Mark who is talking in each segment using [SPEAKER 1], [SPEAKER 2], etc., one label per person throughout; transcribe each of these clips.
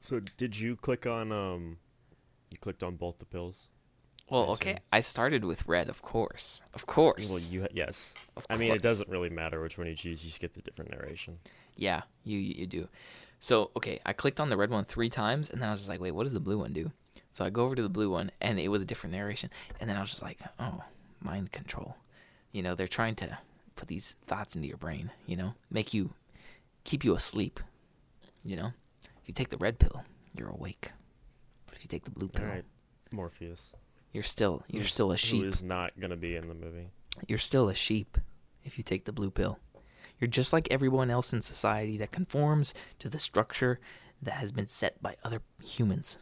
[SPEAKER 1] So did you click on um you clicked on both the pills?
[SPEAKER 2] Well,
[SPEAKER 1] I
[SPEAKER 2] okay.
[SPEAKER 1] assume.
[SPEAKER 2] I started with red, of course. Of course.
[SPEAKER 1] Well, you yes.
[SPEAKER 2] Of
[SPEAKER 1] I mean,
[SPEAKER 2] course.
[SPEAKER 1] it doesn't really matter which one you choose. You just get the different narration.
[SPEAKER 2] Yeah, you you you do. So okay, I clicked on the red one three times, and then I was just like, wait, what does the blue one do? So I go over to the blue one, and it was a different narration. And then I was just like, oh, mind control. You know, they're trying to put these thoughts into your brain. You know, make you keep you asleep. You know, if you take the red pill, you're awake. But if you take the blue pill,
[SPEAKER 1] All right, Morpheus.
[SPEAKER 2] you're still you're
[SPEAKER 1] who's-
[SPEAKER 2] still a
[SPEAKER 1] Who
[SPEAKER 2] sheep.
[SPEAKER 1] is not gonna be in the movie?
[SPEAKER 2] You're still a sheep if you take the blue pill. You're just like everyone else in society that conforms to the structure that has been set by other humans.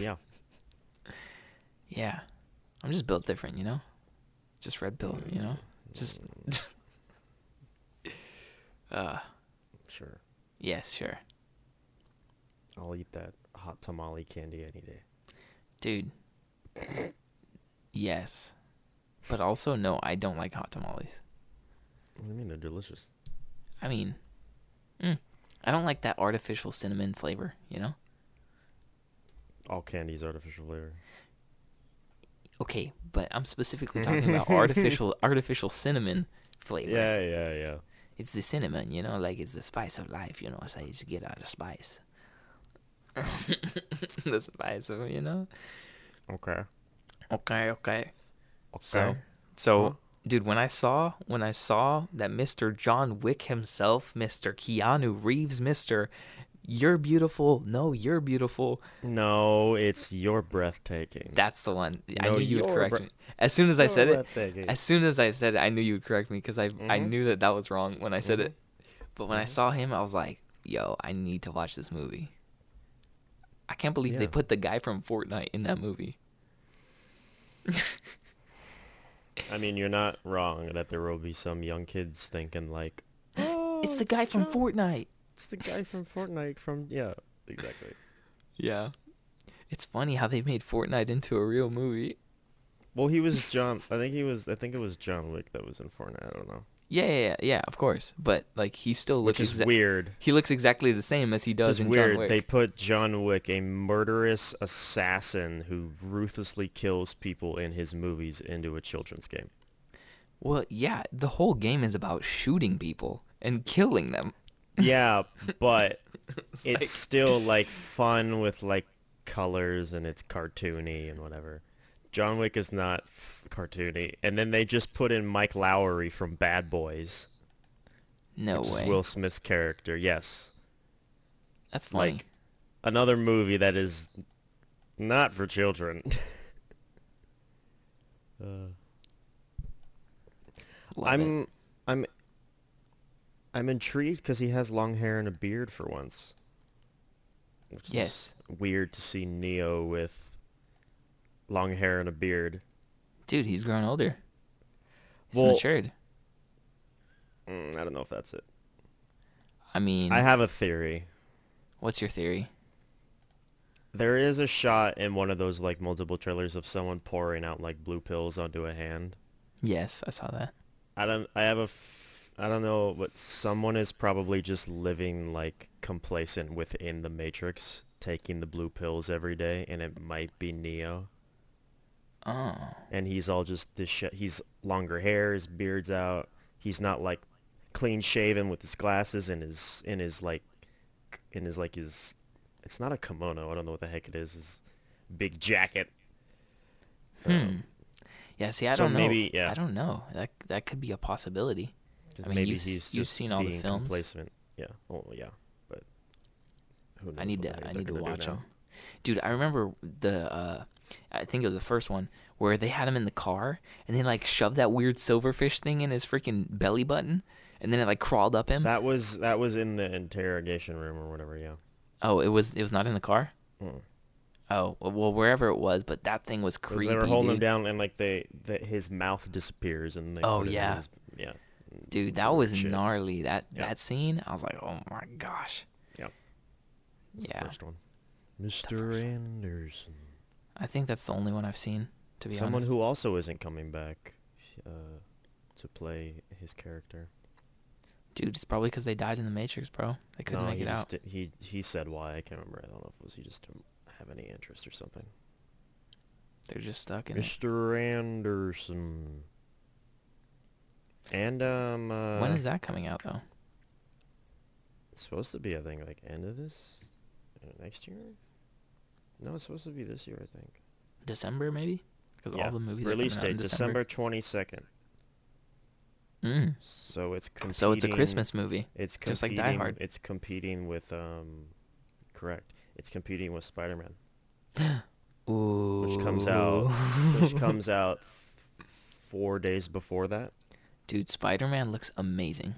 [SPEAKER 1] Yeah.
[SPEAKER 2] Yeah. I'm just built different, you know? Just red pill, you know? Just. uh,
[SPEAKER 1] Sure.
[SPEAKER 2] yes, sure.
[SPEAKER 1] I'll eat that hot tamale candy any day.
[SPEAKER 2] Dude. Yes. But also, no, I don't like hot tamales.
[SPEAKER 1] What do you mean they're delicious?
[SPEAKER 2] I mean, mm, I don't like that artificial cinnamon flavor, you know?
[SPEAKER 1] All candy is artificial flavor.
[SPEAKER 2] Okay, but I'm specifically talking about artificial artificial cinnamon flavor.
[SPEAKER 1] Yeah, yeah, yeah.
[SPEAKER 2] It's the cinnamon, you know, like it's the spice of life, you know, it's like you just get out of spice. the spice of you know?
[SPEAKER 1] Okay.
[SPEAKER 2] Okay, okay.
[SPEAKER 1] Okay.
[SPEAKER 2] So so
[SPEAKER 1] Huh?
[SPEAKER 2] dude, when I saw when I saw that Mr. John Wick himself, Mr. Keanu Reeves, Mr. You're beautiful. No, you're beautiful.
[SPEAKER 1] no, it's your breathtaking.
[SPEAKER 2] That's the one. I
[SPEAKER 1] No,
[SPEAKER 2] knew you would
[SPEAKER 1] you're
[SPEAKER 2] correct
[SPEAKER 1] bra-
[SPEAKER 2] me. As soon as I
[SPEAKER 1] you're
[SPEAKER 2] said it,
[SPEAKER 1] breathtaking.
[SPEAKER 2] as soon as I said it, I knew you would correct me because I I
[SPEAKER 1] Mhm.
[SPEAKER 2] knew that that was wrong when I said
[SPEAKER 1] Mhm.
[SPEAKER 2] it. But
[SPEAKER 1] Mm-hmm.
[SPEAKER 2] when I saw him, I was like, "Yo, I need to watch this movie." I can't believe they
[SPEAKER 1] Yeah.
[SPEAKER 2] put the guy from Fortnite in that movie.
[SPEAKER 1] I mean, you're not wrong that there will be some young kids thinking like, "Oh,
[SPEAKER 2] it's the guy from Fortnite.
[SPEAKER 1] "It's the guy from Fortnite." From yeah, exactly.
[SPEAKER 2] Yeah. It's funny how they made Fortnite into a real movie.
[SPEAKER 1] Well, he was John. I think he was. I think it was John Wick that was in Fortnite. I don't know,
[SPEAKER 2] Yeah, yeah, yeah, yeah, of course. But like he still looks
[SPEAKER 1] which is
[SPEAKER 2] exa-
[SPEAKER 1] weird.
[SPEAKER 2] He looks exactly the same as he does
[SPEAKER 1] It's
[SPEAKER 2] in
[SPEAKER 1] weird.
[SPEAKER 2] John Wick.
[SPEAKER 1] They put John Wick, a murderous assassin who ruthlessly kills people in his movies, into a children's game.
[SPEAKER 2] Well, yeah, the whole game is about shooting people and killing them.
[SPEAKER 1] Yeah, but
[SPEAKER 2] It's
[SPEAKER 1] it's
[SPEAKER 2] like-
[SPEAKER 1] still like fun with like colors and it's cartoony and whatever. John Wick is not f- cartoony, and then they just put in Mike Lowry from Bad Boys,
[SPEAKER 2] no
[SPEAKER 1] which is
[SPEAKER 2] way.
[SPEAKER 1] Will Smith's character. Yes,
[SPEAKER 2] That's funny.
[SPEAKER 1] like another movie that is not for children. uh,
[SPEAKER 2] Love it.
[SPEAKER 1] I'm, I'm, I'm intrigued because he has long hair and a beard for once. Which
[SPEAKER 2] Yes.
[SPEAKER 1] is weird to see Neo with long hair and a beard.
[SPEAKER 2] dude. He's grown older. He's
[SPEAKER 1] Well-
[SPEAKER 2] matured.
[SPEAKER 1] Mm, I don't know if that's it.
[SPEAKER 2] I mean,
[SPEAKER 1] I have a theory.
[SPEAKER 2] what's your theory?
[SPEAKER 1] There is a shot in one of those like multiple trailers of someone pouring out like blue pills onto a hand.
[SPEAKER 2] Yes, I saw that.
[SPEAKER 1] I don't. I have a. F- I don't know, but someone is probably just living like complacent within the Matrix, taking the blue pills every day, and it might be Neo.
[SPEAKER 2] Oh,
[SPEAKER 1] And he's all just this. Sh- he's longer hair, his beard's out. He's not like clean shaven with his glasses and his in his like in his like his. It's not a kimono. I don't know what the heck it is. His big jacket.
[SPEAKER 2] Hmm.
[SPEAKER 1] Um,
[SPEAKER 2] yeah. See, I
[SPEAKER 1] So
[SPEAKER 2] don't know.
[SPEAKER 1] maybe- yeah.
[SPEAKER 2] I don't know. That that could be a possibility. I mean,
[SPEAKER 1] maybe
[SPEAKER 2] you've s-
[SPEAKER 1] he's
[SPEAKER 2] you've
[SPEAKER 1] just
[SPEAKER 2] seen all the
[SPEAKER 1] being
[SPEAKER 2] films.
[SPEAKER 1] complacent. Yeah. Oh yeah. But who knows
[SPEAKER 2] I need
[SPEAKER 1] what the
[SPEAKER 2] to
[SPEAKER 1] heck
[SPEAKER 2] I
[SPEAKER 1] they're
[SPEAKER 2] need to
[SPEAKER 1] gonna do
[SPEAKER 2] watch
[SPEAKER 1] now.
[SPEAKER 2] him. Dude, I remember the uh I think it was the first one where they had him in the car and they like shoved that weird silverfish thing in his freaking belly button and then it like crawled up him.
[SPEAKER 1] That was that was in the interrogation room or whatever. Yeah.
[SPEAKER 2] oh, it was it was not in the car?
[SPEAKER 1] Mm.
[SPEAKER 2] Oh, well wherever it was, but that thing was
[SPEAKER 1] 'Cause
[SPEAKER 2] creepy.
[SPEAKER 1] They were holding him
[SPEAKER 2] dude.
[SPEAKER 1] down, and like they, that his mouth disappears, and they
[SPEAKER 2] Oh,
[SPEAKER 1] put it in
[SPEAKER 2] yeah.
[SPEAKER 1] his- yeah,
[SPEAKER 2] Dude, that
[SPEAKER 1] some
[SPEAKER 2] was
[SPEAKER 1] shit.
[SPEAKER 2] gnarly. That
[SPEAKER 1] Yeah.
[SPEAKER 2] that scene, I was like, oh my gosh.
[SPEAKER 1] Yep. It's
[SPEAKER 2] Yeah,
[SPEAKER 1] The first one. Mr. Anderson,
[SPEAKER 2] I think that's the only one I've seen. To be
[SPEAKER 1] someone
[SPEAKER 2] honest,
[SPEAKER 1] who also isn't coming back uh, to play his character.
[SPEAKER 2] Dude, it's probably because they died in the Matrix, bro. They couldn't
[SPEAKER 1] no,
[SPEAKER 2] make
[SPEAKER 1] he
[SPEAKER 2] it
[SPEAKER 1] just
[SPEAKER 2] out.
[SPEAKER 1] Did, he he said why. I can't remember. I don't know if it was he just didn't have any interest or something.
[SPEAKER 2] They're just stuck in. it.
[SPEAKER 1] Mr. Anderson. And um, uh,
[SPEAKER 2] when is that coming out though?
[SPEAKER 1] it's supposed to be? I think like end of this, uh, next year. No, it's supposed to be this year. I think.
[SPEAKER 2] December maybe? Because all the movies are
[SPEAKER 1] Release
[SPEAKER 2] coming out
[SPEAKER 1] date
[SPEAKER 2] in
[SPEAKER 1] December twenty second.
[SPEAKER 2] Mm.
[SPEAKER 1] So it's competing.
[SPEAKER 2] So it's a Christmas movie.
[SPEAKER 1] It's competing,
[SPEAKER 2] just like Die Hard.
[SPEAKER 1] It's competing with um, correct. It's competing with Spider Man,
[SPEAKER 2] Ooh.
[SPEAKER 1] which comes out, which comes out f- four days before that.
[SPEAKER 2] Dude, Spider Man looks amazing.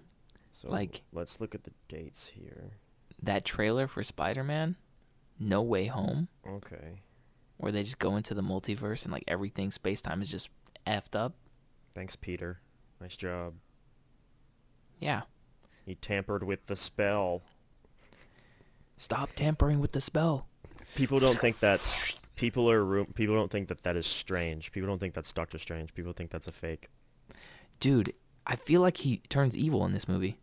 [SPEAKER 1] So
[SPEAKER 2] Like-
[SPEAKER 1] let's look at the dates here.
[SPEAKER 2] That trailer for Spider Man, No Way Home,
[SPEAKER 1] Okay,
[SPEAKER 2] where they just go into the multiverse and like everything space time is just effed up.
[SPEAKER 1] thanks, Peter. Nice job.
[SPEAKER 2] Yeah.
[SPEAKER 1] He tampered with the spell.
[SPEAKER 2] Stop tampering with the spell.
[SPEAKER 1] People don't think that's people are ru- people don't think that that is strange. People don't think that's Doctor Strange. People think that's a fake.
[SPEAKER 2] Dude, I feel like he turns evil in this movie.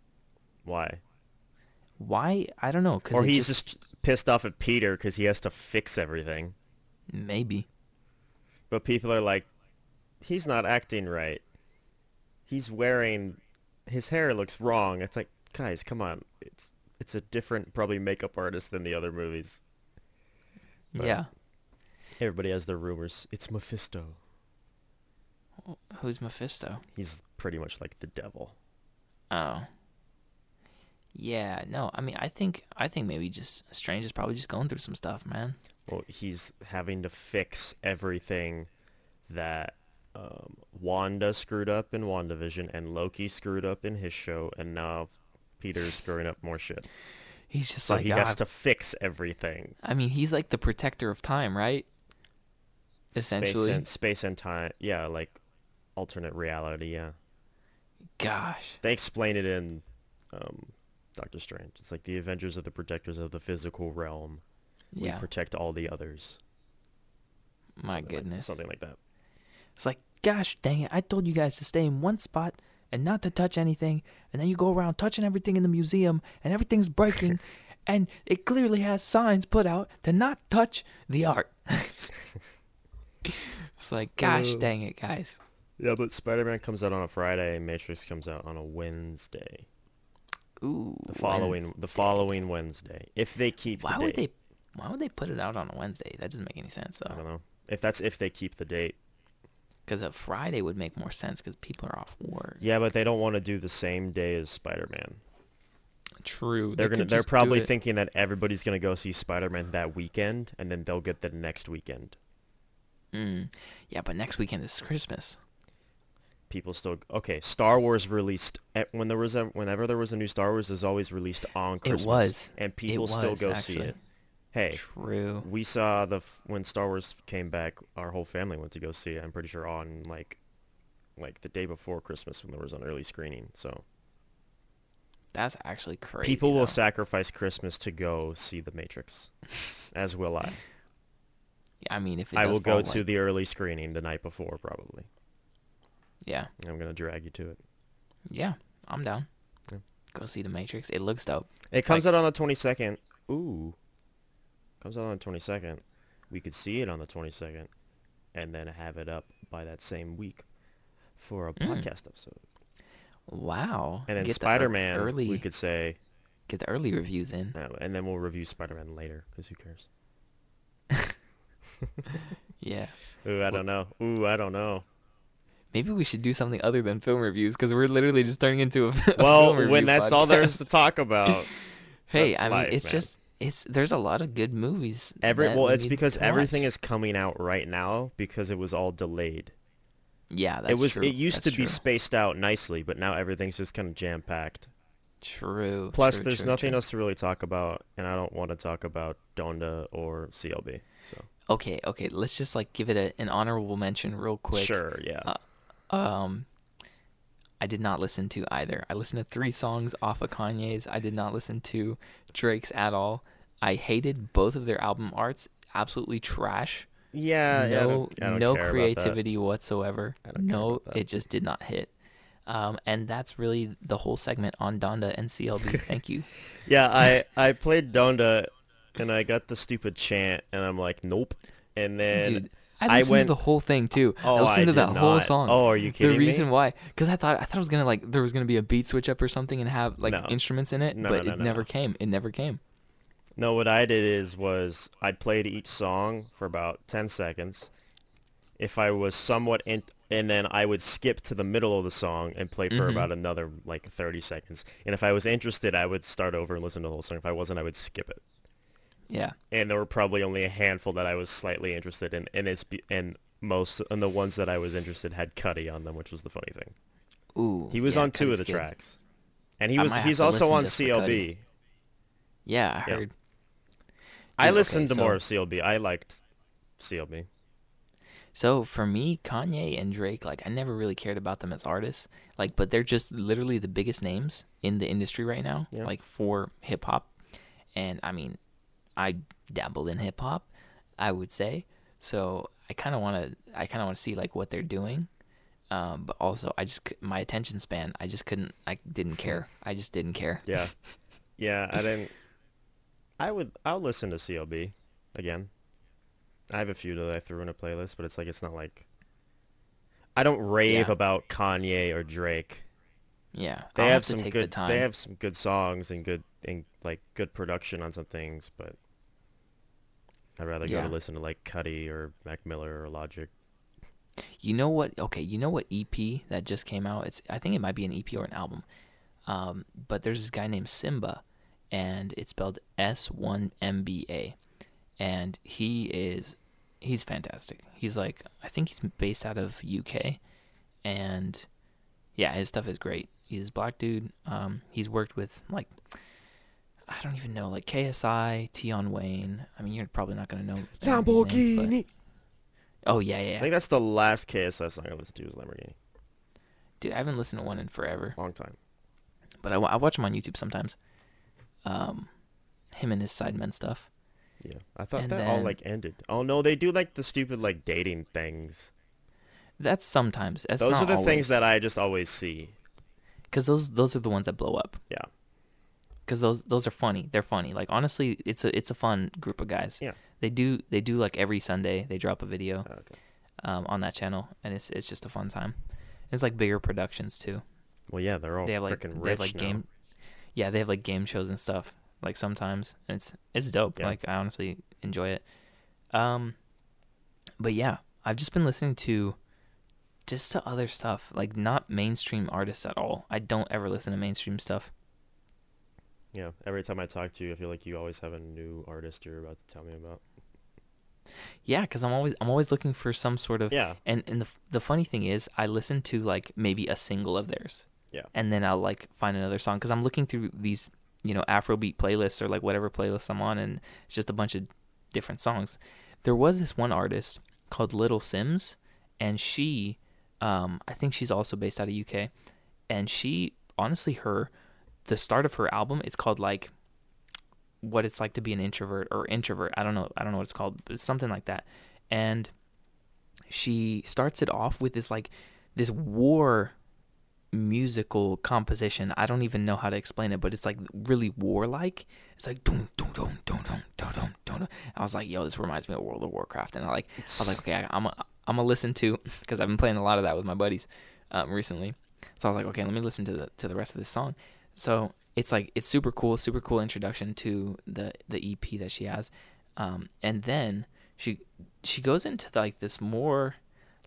[SPEAKER 1] Why?
[SPEAKER 2] Why? I don't know. 'cause
[SPEAKER 1] Or
[SPEAKER 2] it
[SPEAKER 1] he's just... pissed off at Peter because he has to fix everything.
[SPEAKER 2] maybe.
[SPEAKER 1] But people are like, he's not acting right. He's wearing, his hair looks wrong. It's like, guys, come on. It's it's a different probably makeup artist than the other movies. But-
[SPEAKER 2] Yeah.
[SPEAKER 1] Everybody has their rumors. It's Mephisto.
[SPEAKER 2] Who's Mephisto?
[SPEAKER 1] He's pretty much like the devil.
[SPEAKER 2] Oh. Yeah, no. I mean, I think I think maybe just Strange is probably just going through some stuff, man.
[SPEAKER 1] Well, he's having to fix everything that um, Wanda screwed up in WandaVision and Loki screwed up in his show, and now Peter's screwing up more shit.
[SPEAKER 2] He's just
[SPEAKER 1] So
[SPEAKER 2] like
[SPEAKER 1] he
[SPEAKER 2] "Ah,
[SPEAKER 1] has to fix everything.
[SPEAKER 2] I mean, he's like the protector of time, right? Essentially.
[SPEAKER 1] space and, space and time yeah like alternate reality yeah
[SPEAKER 2] Gosh.
[SPEAKER 1] they explain it in um, doctor strange it's like the avengers are the protectors of the physical realm we
[SPEAKER 2] Yeah.
[SPEAKER 1] protect all the others
[SPEAKER 2] My
[SPEAKER 1] Something like-
[SPEAKER 2] goodness.
[SPEAKER 1] something like that
[SPEAKER 2] It's like, gosh dang it, I told you guys to stay in one spot and not to touch anything, and then you go around touching everything in the museum and everything's breaking and it clearly has signs put out to not touch the art. it's like, gosh
[SPEAKER 1] Uh.
[SPEAKER 2] dang it, guys.
[SPEAKER 1] yeah but spider-man comes out on a friday and matrix comes out on a wednesday
[SPEAKER 2] Ooh.
[SPEAKER 1] the following
[SPEAKER 2] Wednes-
[SPEAKER 1] the following wednesday if they keep
[SPEAKER 2] Why
[SPEAKER 1] the date.
[SPEAKER 2] would they why would they put it out on a Wednesday? That doesn't make any sense
[SPEAKER 1] i don't
[SPEAKER 2] though.
[SPEAKER 1] know if that's if they keep the date
[SPEAKER 2] Because a Friday would make more sense because people are off work.
[SPEAKER 1] yeah but they don't want to do the same day as spider-man
[SPEAKER 2] True.
[SPEAKER 1] They're gonna. They're probably thinking that everybody's gonna go see Spider-Man that weekend, and then they'll get the next weekend.
[SPEAKER 2] Mm. Yeah, but next weekend is Christmas.
[SPEAKER 1] People still okay. Star Wars released at, when there was a, whenever there was a new Star Wars is always released on Christmas.
[SPEAKER 2] was.
[SPEAKER 1] and
[SPEAKER 2] It
[SPEAKER 1] people still
[SPEAKER 2] was,
[SPEAKER 1] go see
[SPEAKER 2] actually.
[SPEAKER 1] it. Hey,
[SPEAKER 2] True.
[SPEAKER 1] we saw the f- when Star Wars came back. Our whole family went to go see it. I'm pretty sure on like, like the day before Christmas when there was an early screening. So
[SPEAKER 2] That's actually crazy.
[SPEAKER 1] people
[SPEAKER 2] though.
[SPEAKER 1] will sacrifice Christmas to go see The Matrix, as will I.
[SPEAKER 2] I mean, if it
[SPEAKER 1] I
[SPEAKER 2] does
[SPEAKER 1] will go
[SPEAKER 2] fall,
[SPEAKER 1] to
[SPEAKER 2] like-
[SPEAKER 1] the early screening the night before probably.
[SPEAKER 2] yeah,
[SPEAKER 1] I'm gonna drag you to it.
[SPEAKER 2] yeah, I'm down.
[SPEAKER 1] Yeah.
[SPEAKER 2] Go see the Matrix. It looks dope.
[SPEAKER 1] It comes out on the 22nd. Ooh, comes out on the 22nd. We could see it on the 22nd, and then have it up by that same week for a
[SPEAKER 2] Mm.
[SPEAKER 1] podcast episode.
[SPEAKER 2] Wow.
[SPEAKER 1] And then
[SPEAKER 2] Get the ear-
[SPEAKER 1] Spider-Man,
[SPEAKER 2] early.
[SPEAKER 1] we could say,
[SPEAKER 2] get the early reviews in.
[SPEAKER 1] uh, and then we'll review Spider-Man later because who cares?
[SPEAKER 2] Yeah.
[SPEAKER 1] Ooh, I don't know. Ooh, I don't know.
[SPEAKER 2] Maybe we should do something other than film reviews because we're literally just turning into a, a film
[SPEAKER 1] Well,
[SPEAKER 2] review
[SPEAKER 1] when that's all
[SPEAKER 2] podcast.
[SPEAKER 1] there's to talk about.
[SPEAKER 2] Hey,
[SPEAKER 1] that's
[SPEAKER 2] I mean,
[SPEAKER 1] life,
[SPEAKER 2] it's
[SPEAKER 1] man.
[SPEAKER 2] just it's there's a lot of good movies.
[SPEAKER 1] Every
[SPEAKER 2] that
[SPEAKER 1] well,
[SPEAKER 2] we
[SPEAKER 1] it's
[SPEAKER 2] need
[SPEAKER 1] because
[SPEAKER 2] to
[SPEAKER 1] everything
[SPEAKER 2] watch.
[SPEAKER 1] is coming out right now because it was all delayed.
[SPEAKER 2] yeah. That's
[SPEAKER 1] it was
[SPEAKER 2] True.
[SPEAKER 1] it used
[SPEAKER 2] that's
[SPEAKER 1] to be
[SPEAKER 2] true.
[SPEAKER 1] spaced out nicely, but now everything's just kind of jam packed.
[SPEAKER 2] true.
[SPEAKER 1] Plus,
[SPEAKER 2] true,
[SPEAKER 1] there's
[SPEAKER 2] true,
[SPEAKER 1] nothing
[SPEAKER 2] true.
[SPEAKER 1] else to really talk about, and I don't want to talk about Donda or CLB. So
[SPEAKER 2] Okay, okay. Let's just like give it a, an honorable mention real quick. Uh,
[SPEAKER 1] sure, yeah,
[SPEAKER 2] Um, I did not listen to either. I listened to three songs off of Kanye's. I did not listen to Drake's at all. I hated both of their album arts. Absolutely trash.
[SPEAKER 1] yeah, yeah, I
[SPEAKER 2] no,
[SPEAKER 1] don't- I don't
[SPEAKER 2] no
[SPEAKER 1] care about that.
[SPEAKER 2] creativity whatsoever.
[SPEAKER 1] I don't care
[SPEAKER 2] No,
[SPEAKER 1] about that.
[SPEAKER 2] it just did not hit. Um, and that's really the whole segment on Donda and CLB. Thank you.
[SPEAKER 1] Yeah, I I played Donda, and I got the stupid chant, and I'm like, nope. And then
[SPEAKER 2] Dude,
[SPEAKER 1] I
[SPEAKER 2] I listened
[SPEAKER 1] went-
[SPEAKER 2] to the whole thing too.
[SPEAKER 1] Oh,
[SPEAKER 2] I listened
[SPEAKER 1] I
[SPEAKER 2] to that
[SPEAKER 1] did
[SPEAKER 2] whole
[SPEAKER 1] not.
[SPEAKER 2] song.
[SPEAKER 1] Oh, are you kidding
[SPEAKER 2] The
[SPEAKER 1] me?
[SPEAKER 2] reason why, because I thought I thought it was gonna like there was gonna be a beat switch up or something and have like
[SPEAKER 1] No.
[SPEAKER 2] instruments in it,
[SPEAKER 1] No,
[SPEAKER 2] but
[SPEAKER 1] no,
[SPEAKER 2] it
[SPEAKER 1] no,
[SPEAKER 2] never
[SPEAKER 1] no.
[SPEAKER 2] came. It never came.
[SPEAKER 1] No, what I did is was I played each song for about 10 seconds. If I was somewhat in, and then I would skip to the middle of the song and play
[SPEAKER 2] Mm-hmm.
[SPEAKER 1] for about another like 30 seconds. And if I was interested, I would start over and listen to the whole song. If I wasn't, I would skip it.
[SPEAKER 2] Yeah.
[SPEAKER 1] And there were probably only a handful that I was slightly interested in, and it's be- and most and the ones that I was interested had Cuddy on them, which was the funny thing.
[SPEAKER 2] Ooh.
[SPEAKER 1] He was
[SPEAKER 2] yeah,
[SPEAKER 1] on two of
[SPEAKER 2] Cuddy's
[SPEAKER 1] the
[SPEAKER 2] good.
[SPEAKER 1] tracks, and he
[SPEAKER 2] I
[SPEAKER 1] was
[SPEAKER 2] might have
[SPEAKER 1] he's
[SPEAKER 2] to
[SPEAKER 1] also
[SPEAKER 2] listen
[SPEAKER 1] on
[SPEAKER 2] just for
[SPEAKER 1] CLB.
[SPEAKER 2] Cuddy. Yeah, I
[SPEAKER 1] Yeah.
[SPEAKER 2] heard.
[SPEAKER 1] I
[SPEAKER 2] Dude, okay,
[SPEAKER 1] listened to
[SPEAKER 2] so-
[SPEAKER 1] more of CLB. I liked CLB.
[SPEAKER 2] So for me, Kanye and Drake, like I never really cared about them as artists, like but they're just literally the biggest names in the industry right now,
[SPEAKER 1] Yeah.
[SPEAKER 2] like for hip hop. And I mean, I dabble in hip hop, I would say. So I kind of want to I kind of want to see like what they're doing. Um, but also I just c- my attention span, I just couldn't I didn't care. I just didn't care.
[SPEAKER 1] Yeah. Yeah, I didn't I would I'll listen to CLB again. I have a few that I threw in a playlist, but it's like it's not like I don't rave
[SPEAKER 2] Yeah.
[SPEAKER 1] about Kanye or Drake.
[SPEAKER 2] Yeah.
[SPEAKER 1] They
[SPEAKER 2] I'll
[SPEAKER 1] have,
[SPEAKER 2] to
[SPEAKER 1] some
[SPEAKER 2] take the
[SPEAKER 1] good
[SPEAKER 2] time.
[SPEAKER 1] they have some good songs and good and like good production on some things, but I'd rather go
[SPEAKER 2] Yeah.
[SPEAKER 1] to listen to like Cuddy or Mac Miller or Logic.
[SPEAKER 2] You know what? Okay, you know what EP that just came out? It's I think it might be an EP or an album. Um, but there's this guy named Simba, and it's spelled S one M B A, and he is he's fantastic. He's like I think he's based out of UK, and yeah, his stuff is great. He's a black dude. Um, he's worked with like I don't even know like KSI, Tion Wayne. I mean, you're probably not gonna know any of these names, but- oh yeah, yeah,
[SPEAKER 1] I
[SPEAKER 2] yeah.
[SPEAKER 1] think that's the last KSI song I listened to was Lamborghini.
[SPEAKER 2] Dude, I haven't listened to one in forever.
[SPEAKER 1] Long time.
[SPEAKER 2] but I, wa- I watch him on YouTube sometimes. Um, him and his sidemen stuff.
[SPEAKER 1] Yeah, I thought
[SPEAKER 2] And
[SPEAKER 1] that all
[SPEAKER 2] then-
[SPEAKER 1] like ended. Oh no, they do like the stupid like dating things.
[SPEAKER 2] That's sometimes. That's
[SPEAKER 1] those are the things that I just always see.
[SPEAKER 2] because those those are the ones that blow up.
[SPEAKER 1] Yeah,
[SPEAKER 2] Because those those are funny. They're funny. Like honestly, it's a it's a fun group of guys.
[SPEAKER 1] yeah.
[SPEAKER 2] They do they do like every Sunday they drop a video
[SPEAKER 1] Okay.
[SPEAKER 2] um, on that channel and it's it's just a fun time. It's like bigger productions too.
[SPEAKER 1] Well, yeah, they're all
[SPEAKER 2] They have like
[SPEAKER 1] Oh, freaking
[SPEAKER 2] they
[SPEAKER 1] rich
[SPEAKER 2] have like
[SPEAKER 1] now.
[SPEAKER 2] game. Yeah, they have like game shows and stuff. Like sometimes and it's it's dope.
[SPEAKER 1] Yeah.
[SPEAKER 2] Like I honestly enjoy it. Um, but yeah, I've just been listening to just to other stuff, like not mainstream artists at all. I don't ever listen to mainstream stuff.
[SPEAKER 1] Yeah, every time I talk to you, I feel like you always have a new artist you're about to tell me about.
[SPEAKER 2] Yeah, because I'm always I'm always looking for some sort of
[SPEAKER 1] Yeah,
[SPEAKER 2] And and the the funny thing is, I listen to like maybe a single of theirs.
[SPEAKER 1] Yeah.
[SPEAKER 2] And then I'll like find another song because I'm looking through these you know Afrobeat playlists or like whatever playlist I'm on, and it's just a bunch of different songs. There was this one artist called Little Sims, and she, um, I think she's also based out of UK, and she honestly her, the start of her album it's called like what it's like to be an introvert or introvert. I don't know. I don't know what it's called, but it's something like that. And she starts it off with this like this war musical composition. I don't even know how to explain it, but it's like really warlike. It's like dum dum dum dum dum dum dum dum. dum. I was like, yo, this reminds me of World of Warcraft, and I like, I was like, okay, I, I'm a, I'm gonna listen to because I've been playing a lot of that with my buddies um, recently. So I was like, okay, let me listen to the to the rest of this song. So it's like it's super cool, super cool introduction to the the EP that she has, um, and then she she goes into like this more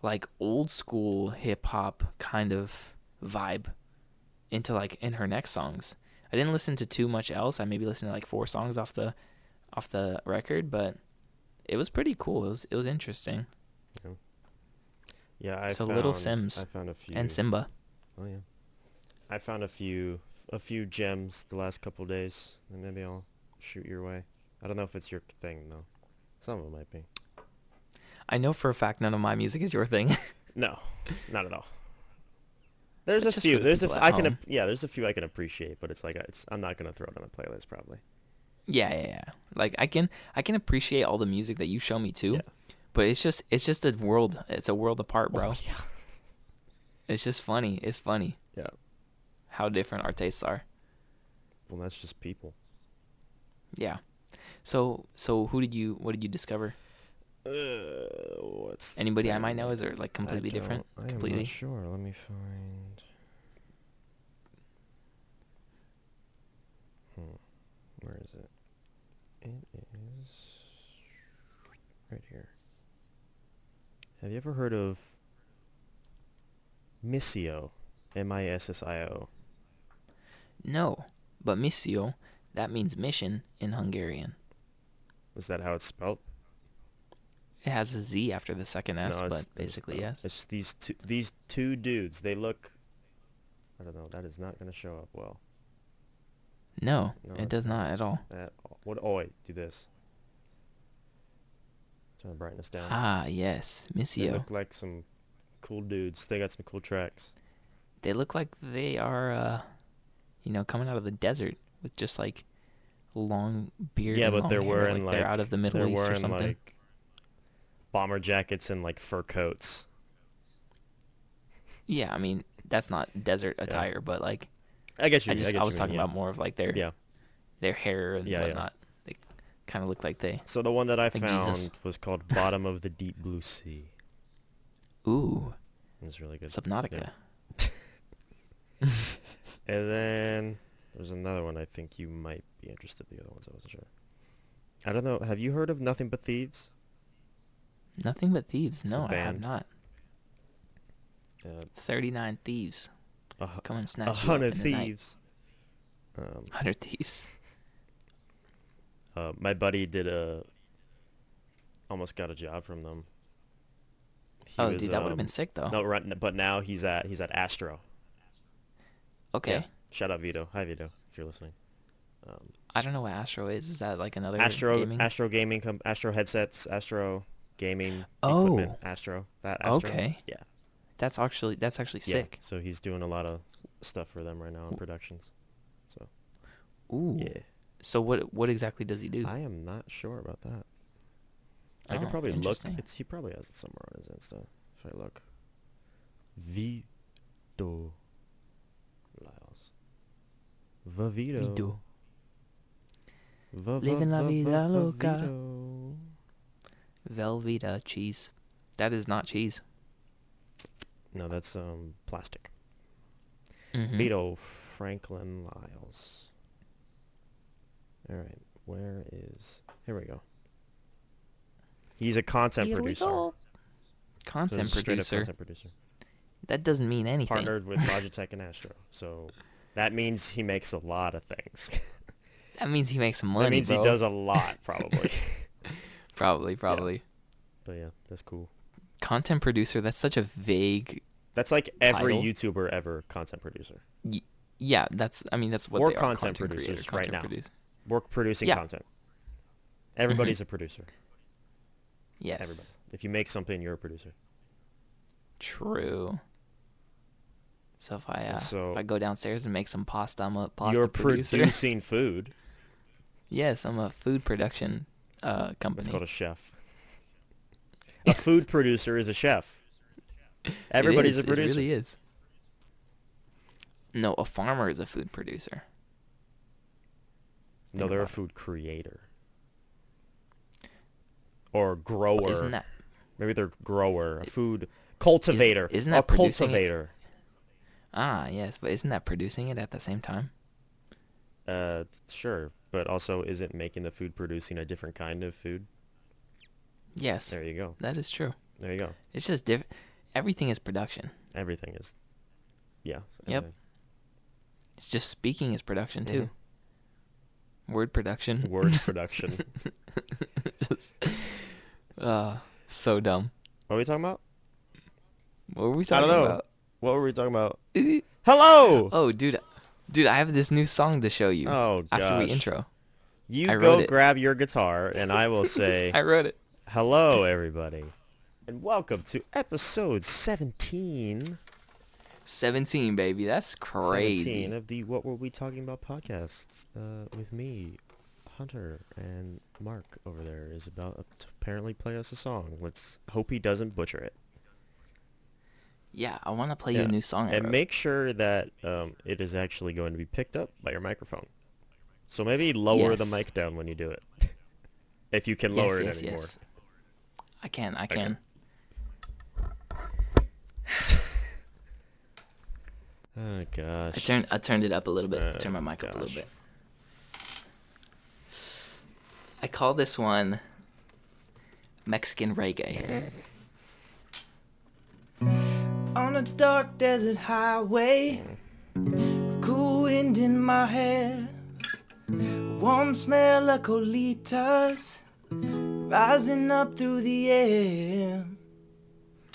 [SPEAKER 2] like old school hip hop kind of vibe into like in her next songs. I didn't listen to too much else. I maybe listened to like four songs off the off the record, but it was pretty cool. It was it was interesting.
[SPEAKER 1] yeah. I
[SPEAKER 2] so
[SPEAKER 1] found,
[SPEAKER 2] Little Sims
[SPEAKER 1] I found a few.
[SPEAKER 2] And Simba.
[SPEAKER 1] Oh yeah, I found a few a few gems the last couple days, and maybe I'll shoot your way. I don't know if it's your thing though. Some of them might be.
[SPEAKER 2] I know for a fact none of my music is your thing.
[SPEAKER 1] No, not at all. There's
[SPEAKER 2] But
[SPEAKER 1] a
[SPEAKER 2] just
[SPEAKER 1] few.
[SPEAKER 2] for the
[SPEAKER 1] there's a
[SPEAKER 2] people
[SPEAKER 1] f-
[SPEAKER 2] at
[SPEAKER 1] I can
[SPEAKER 2] home.
[SPEAKER 1] ap- yeah. There's a few I can appreciate, but it's like uh, it's I'm not gonna throw it on a playlist probably.
[SPEAKER 2] yeah, yeah, yeah. Like I can I can appreciate all the music that you show me too.
[SPEAKER 1] Yeah.
[SPEAKER 2] Oh, But it's just it's just a world. It's a world apart, bro.
[SPEAKER 1] yeah.
[SPEAKER 2] It's just funny. It's funny
[SPEAKER 1] Yeah.
[SPEAKER 2] how different our tastes are.
[SPEAKER 1] Well, that's just people.
[SPEAKER 2] Yeah. So so who did you what did you discover?
[SPEAKER 1] Uh, what's the
[SPEAKER 2] Anybody I might
[SPEAKER 1] thing?
[SPEAKER 2] know is there like
[SPEAKER 1] I
[SPEAKER 2] completely different?
[SPEAKER 1] don't- I am
[SPEAKER 2] Completely.
[SPEAKER 1] not sure. Let me find. Hmm. Where is it? It is right here. Have you ever heard of Missio? M I S S I O.
[SPEAKER 2] No. But missio, that means mission in Hungarian.
[SPEAKER 1] Is that how it's spelled?
[SPEAKER 2] It has a Z after the second S,
[SPEAKER 1] No, it's-
[SPEAKER 2] but
[SPEAKER 1] it's
[SPEAKER 2] basically
[SPEAKER 1] not.
[SPEAKER 2] yes.
[SPEAKER 1] It's these two these two dudes. They look. I don't know. That is not going to show up well
[SPEAKER 2] No,
[SPEAKER 1] No,
[SPEAKER 2] it
[SPEAKER 1] it's
[SPEAKER 2] does not at all.
[SPEAKER 1] at all. What? Oh wait, do this. Turn the brightness down.
[SPEAKER 2] Ah, yes,
[SPEAKER 1] they
[SPEAKER 2] missio.
[SPEAKER 1] look like some cool dudes. They got some cool tracks.
[SPEAKER 2] they look like they are uh you know coming out of the desert with just like long beard
[SPEAKER 1] yeah,
[SPEAKER 2] and
[SPEAKER 1] but
[SPEAKER 2] long
[SPEAKER 1] they're
[SPEAKER 2] hair,
[SPEAKER 1] wearing
[SPEAKER 2] like they're out of the middle
[SPEAKER 1] they're
[SPEAKER 2] east
[SPEAKER 1] wearing
[SPEAKER 2] or something
[SPEAKER 1] like bomber jackets and like fur coats.
[SPEAKER 2] yeah i mean that's not desert attire but like
[SPEAKER 1] I get you.
[SPEAKER 2] i just
[SPEAKER 1] get
[SPEAKER 2] i,
[SPEAKER 1] you
[SPEAKER 2] was
[SPEAKER 1] mean,
[SPEAKER 2] talking
[SPEAKER 1] yeah.
[SPEAKER 2] about more of like their
[SPEAKER 1] Yeah.
[SPEAKER 2] their hair and
[SPEAKER 1] Yeah, yeah.
[SPEAKER 2] whatnot they kind of look like they
[SPEAKER 1] So the one that I
[SPEAKER 2] Like
[SPEAKER 1] found
[SPEAKER 2] Jesus.
[SPEAKER 1] was called "Bottom of the Deep Blue Sea."
[SPEAKER 2] ooh
[SPEAKER 1] It's really good.
[SPEAKER 2] subnautica
[SPEAKER 1] And then there's another one I think you might be interested. The other ones I wasn't sure. I don't know. Have you heard of Nothing But Thieves?
[SPEAKER 2] nothing but thieves
[SPEAKER 1] It's a
[SPEAKER 2] no i have
[SPEAKER 1] band.
[SPEAKER 2] not
[SPEAKER 1] Uh,
[SPEAKER 2] 39 thieves
[SPEAKER 1] a hu-
[SPEAKER 2] come and snatch
[SPEAKER 1] a
[SPEAKER 2] you up
[SPEAKER 1] hundred
[SPEAKER 2] in the night.
[SPEAKER 1] thieves. Um,
[SPEAKER 2] 100 thieves
[SPEAKER 1] uh, my buddy did a almost got a job from them. He
[SPEAKER 2] oh
[SPEAKER 1] was,
[SPEAKER 2] dude that would have been
[SPEAKER 1] um,
[SPEAKER 2] sick though
[SPEAKER 1] No, right, n- but now he's at he's at Astro.
[SPEAKER 2] okay
[SPEAKER 1] Yeah. Shout out Vito. Hi Vito, if you're listening. Um,
[SPEAKER 2] i don't know what astro is is that like another
[SPEAKER 1] Astro
[SPEAKER 2] gaming?
[SPEAKER 1] Astro gaming com- Astro headsets Astro gaming
[SPEAKER 2] Oh.
[SPEAKER 1] equipment Astro that Astro
[SPEAKER 2] Okay.
[SPEAKER 1] yeah
[SPEAKER 2] That's actually that's actually
[SPEAKER 1] yeah.
[SPEAKER 2] sick.
[SPEAKER 1] So he's doing a lot of stuff for them right now in productions. So
[SPEAKER 2] Ooh.
[SPEAKER 1] yeah,
[SPEAKER 2] So what what exactly does he do?
[SPEAKER 1] I am not sure about that. I
[SPEAKER 2] Oh,
[SPEAKER 1] could probably look.
[SPEAKER 2] interesting.
[SPEAKER 1] It's he probably has it somewhere on his Insta. If I look, Vito Lyles, Vavito,
[SPEAKER 2] Vito.
[SPEAKER 1] Va- va-
[SPEAKER 2] Living la
[SPEAKER 1] va-
[SPEAKER 2] vida
[SPEAKER 1] va-
[SPEAKER 2] loca.
[SPEAKER 1] Vavito.
[SPEAKER 2] Velveeta cheese. That is not cheese.
[SPEAKER 1] No, that's um plastic.
[SPEAKER 2] Mhm.
[SPEAKER 1] Vito Franklin Lyles. All right, where is? Here we go. He's a content
[SPEAKER 2] Here we
[SPEAKER 1] producer.
[SPEAKER 2] go.
[SPEAKER 1] So
[SPEAKER 2] Content
[SPEAKER 1] he's a straight up
[SPEAKER 2] producer.
[SPEAKER 1] content producer.
[SPEAKER 2] That doesn't mean anything.
[SPEAKER 1] partnered with Logitech and Astro. So that means he makes a lot of things.
[SPEAKER 2] That means he makes some money.
[SPEAKER 1] that means
[SPEAKER 2] bro.
[SPEAKER 1] he does a lot, probably.
[SPEAKER 2] Probably, probably.
[SPEAKER 1] but yeah, that's cool.
[SPEAKER 2] Content producer. That's such a vague.
[SPEAKER 1] That's like every
[SPEAKER 2] Title.
[SPEAKER 1] YouTuber ever content producer.
[SPEAKER 2] y- Yeah, that's. I mean, that's what
[SPEAKER 1] Or
[SPEAKER 2] they are.
[SPEAKER 1] content
[SPEAKER 2] creator,
[SPEAKER 1] producers right
[SPEAKER 2] content
[SPEAKER 1] now.
[SPEAKER 2] producer.
[SPEAKER 1] We're producing
[SPEAKER 2] Yeah. Mm-hmm.
[SPEAKER 1] content. Everybody's a producer.
[SPEAKER 2] Yes.
[SPEAKER 1] Everybody. If you make something, you're a producer.
[SPEAKER 2] True. So if I uh,
[SPEAKER 1] so-
[SPEAKER 2] if I go downstairs and make some pasta, I'm a pasta
[SPEAKER 1] you're
[SPEAKER 2] producer.
[SPEAKER 1] producing food.
[SPEAKER 2] Yes, I'm a food production uh,
[SPEAKER 1] That's
[SPEAKER 2] company.
[SPEAKER 1] called a chef. a food producer is a chef. Everybody's
[SPEAKER 2] it is,
[SPEAKER 1] a producer.
[SPEAKER 2] It really is. No, a farmer is a food producer.
[SPEAKER 1] No,
[SPEAKER 2] Think
[SPEAKER 1] they're a
[SPEAKER 2] about it.
[SPEAKER 1] food creator. Or
[SPEAKER 2] But
[SPEAKER 1] grower.
[SPEAKER 2] Isn't that
[SPEAKER 1] Maybe they're grower, a food cultivator.
[SPEAKER 2] isn't that
[SPEAKER 1] a
[SPEAKER 2] producing it?
[SPEAKER 1] cultivator?
[SPEAKER 2] ah yes? But isn't that producing it at the same time?
[SPEAKER 1] Uh, sure, but also isn't making the food producing a different kind of food?
[SPEAKER 2] Yes,
[SPEAKER 1] There you go.
[SPEAKER 2] that is true.
[SPEAKER 1] There you go.
[SPEAKER 2] It's just diff- everything is production.
[SPEAKER 1] Everything is, yeah.
[SPEAKER 2] Yep.
[SPEAKER 1] everything.
[SPEAKER 2] It's just speaking is production too. Word production.
[SPEAKER 1] Mm-hmm. Word production.
[SPEAKER 2] Uh, so dumb.
[SPEAKER 1] What are we talking about?
[SPEAKER 2] What were we
[SPEAKER 1] I
[SPEAKER 2] talking
[SPEAKER 1] don't know.
[SPEAKER 2] about?
[SPEAKER 1] What were we talking about?
[SPEAKER 2] Eh.
[SPEAKER 1] Hello.
[SPEAKER 2] Oh, dude, dude, I have this new song to show you
[SPEAKER 1] Oh,
[SPEAKER 2] after we
[SPEAKER 1] gosh.
[SPEAKER 2] intro.
[SPEAKER 1] You
[SPEAKER 2] I wrote
[SPEAKER 1] go
[SPEAKER 2] it.
[SPEAKER 1] grab your guitar, and I will say
[SPEAKER 2] I wrote it.
[SPEAKER 1] hello, everybody, and welcome to episode seventeen.
[SPEAKER 2] 17, baby. That's crazy.
[SPEAKER 1] 17 of the What Were We Talking About podcast uh, with me, Hunter, and Mark over there is about to apparently play us a song. Let's hope he doesn't butcher it.
[SPEAKER 2] Yeah, I want to play you a
[SPEAKER 1] Yeah.
[SPEAKER 2] new song. I
[SPEAKER 1] and
[SPEAKER 2] wrote.
[SPEAKER 1] make sure that um, it is actually going to be picked up by your microphone. So maybe lower the
[SPEAKER 2] Yes.
[SPEAKER 1] mic down when you do it, if you can
[SPEAKER 2] Yes,
[SPEAKER 1] lower
[SPEAKER 2] yes,
[SPEAKER 1] it anymore.
[SPEAKER 2] yes. I can. I can.
[SPEAKER 1] Oh
[SPEAKER 2] I
[SPEAKER 1] gosh.
[SPEAKER 2] turned. I turned it up a little bit.
[SPEAKER 1] Oh,
[SPEAKER 2] Turn my mic up a little
[SPEAKER 1] gosh.
[SPEAKER 2] bit. I call this one Mexican reggae.
[SPEAKER 3] on a dark desert highway. Cool wind in my hair. Warm smell of colitas rising up through the air.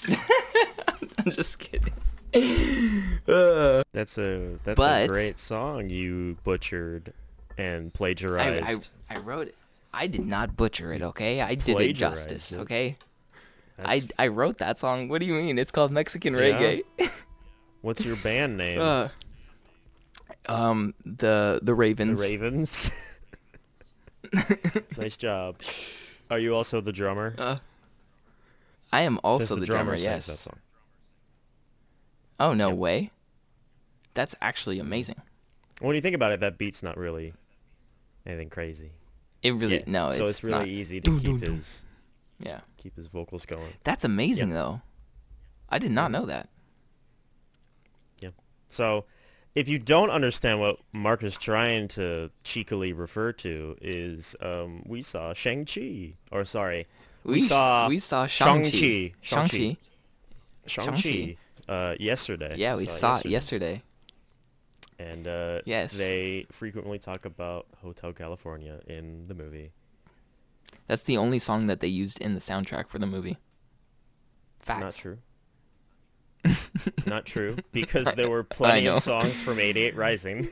[SPEAKER 2] I'm just kidding.
[SPEAKER 1] That's a that's
[SPEAKER 2] But-
[SPEAKER 1] a great song you butchered and
[SPEAKER 2] I,
[SPEAKER 1] plagiarized.
[SPEAKER 2] I, I wrote it. I did not butcher it. Okay, I did it
[SPEAKER 1] plagiarized
[SPEAKER 2] justice.
[SPEAKER 1] it.
[SPEAKER 2] Okay, I
[SPEAKER 1] That's-
[SPEAKER 2] I wrote that song. What do you mean? It's called Mexican reggae.
[SPEAKER 1] What's your band name?
[SPEAKER 2] Uh, um, the the
[SPEAKER 1] the
[SPEAKER 2] Ravens.
[SPEAKER 1] Ravens. nice job. Are you also the drummer?
[SPEAKER 2] Uh, I am
[SPEAKER 1] Because
[SPEAKER 2] also the,
[SPEAKER 1] drummer,
[SPEAKER 2] drummer.
[SPEAKER 1] sings
[SPEAKER 2] yes.
[SPEAKER 1] that song.
[SPEAKER 2] Oh no way. That's actually
[SPEAKER 1] Mm-hmm.
[SPEAKER 2] amazing.
[SPEAKER 1] When you think about it, that beat's not really anything crazy.
[SPEAKER 2] It really
[SPEAKER 1] Yeah.
[SPEAKER 2] no.
[SPEAKER 1] so it's, really e-
[SPEAKER 2] not.
[SPEAKER 1] easy to
[SPEAKER 2] Dun,
[SPEAKER 1] keep
[SPEAKER 2] dun, dun.
[SPEAKER 1] his
[SPEAKER 2] Yeah,
[SPEAKER 1] keep his vocals going.
[SPEAKER 2] that's amazing though. I did not know that.
[SPEAKER 1] Yeah. So if you don't understand what Mark is trying to cheekily refer to is um, we saw Shang-Chi. Or sorry, we,
[SPEAKER 2] s-
[SPEAKER 1] saw
[SPEAKER 2] we saw Shang Chi.
[SPEAKER 1] Shang-Chi.
[SPEAKER 2] Shang
[SPEAKER 1] Shang-Chi.
[SPEAKER 2] Chi.
[SPEAKER 1] Shang-Chi
[SPEAKER 2] Shang-Chi.
[SPEAKER 1] uh, yesterday.
[SPEAKER 2] Yeah, we saw it yesterday.
[SPEAKER 1] And uh,
[SPEAKER 2] Yes.
[SPEAKER 1] they frequently talk about Hotel California in the movie.
[SPEAKER 2] That's the only song that they used in the soundtrack for the movie. Facts.
[SPEAKER 1] Not true. Not true, because there were plenty
[SPEAKER 2] know.
[SPEAKER 1] of songs from 88 Rising.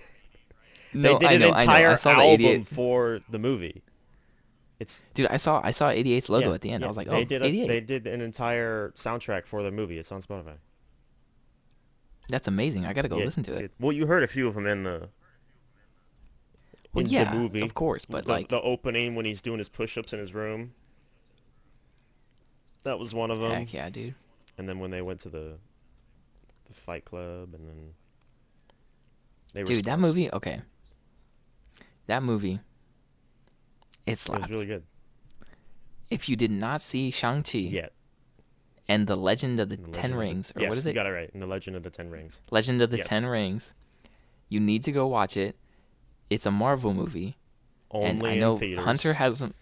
[SPEAKER 2] No,
[SPEAKER 1] they
[SPEAKER 2] I
[SPEAKER 1] did
[SPEAKER 2] know,
[SPEAKER 1] an
[SPEAKER 2] I know. I
[SPEAKER 1] entire
[SPEAKER 2] saw the
[SPEAKER 1] album
[SPEAKER 2] 88
[SPEAKER 1] for the movie. It's
[SPEAKER 2] Dude, I saw I saw 88's logo
[SPEAKER 1] yeah,
[SPEAKER 2] at the end.
[SPEAKER 1] yeah,
[SPEAKER 2] I was like, oh,
[SPEAKER 1] they did a-
[SPEAKER 2] 88.
[SPEAKER 1] they did an entire soundtrack for the movie. It's on Spotify.
[SPEAKER 2] That's amazing. I gotta go
[SPEAKER 1] Yeah,
[SPEAKER 2] listen to
[SPEAKER 1] it's
[SPEAKER 2] it.
[SPEAKER 1] good. Well, you heard a few of them in the
[SPEAKER 2] Well,
[SPEAKER 1] in
[SPEAKER 2] yeah,
[SPEAKER 1] the movie,
[SPEAKER 2] of course, but,
[SPEAKER 1] the,
[SPEAKER 2] like-
[SPEAKER 1] the opening when he's doing his push-ups in his room. That was one of them.
[SPEAKER 2] Heck yeah, dude.
[SPEAKER 1] And then when they went to the the Fight Club, and then they were
[SPEAKER 2] Dude, that movie. Okay, that movie. It
[SPEAKER 1] It
[SPEAKER 2] slapped.
[SPEAKER 1] was really good.
[SPEAKER 2] if you did not see Shang Chi
[SPEAKER 1] Yeah.
[SPEAKER 2] and the Legend of the,
[SPEAKER 1] The Legend
[SPEAKER 2] Ten
[SPEAKER 1] of the-
[SPEAKER 2] Rings, or
[SPEAKER 1] yes,
[SPEAKER 2] what is
[SPEAKER 1] you
[SPEAKER 2] it?
[SPEAKER 1] got it right. In the Legend of the Ten Rings.
[SPEAKER 2] Legend of the
[SPEAKER 1] Yes.
[SPEAKER 2] Ten Rings, you need to go watch it. It's a Marvel movie, and
[SPEAKER 1] Only
[SPEAKER 2] I know
[SPEAKER 1] in theaters.
[SPEAKER 2] Hunter has some.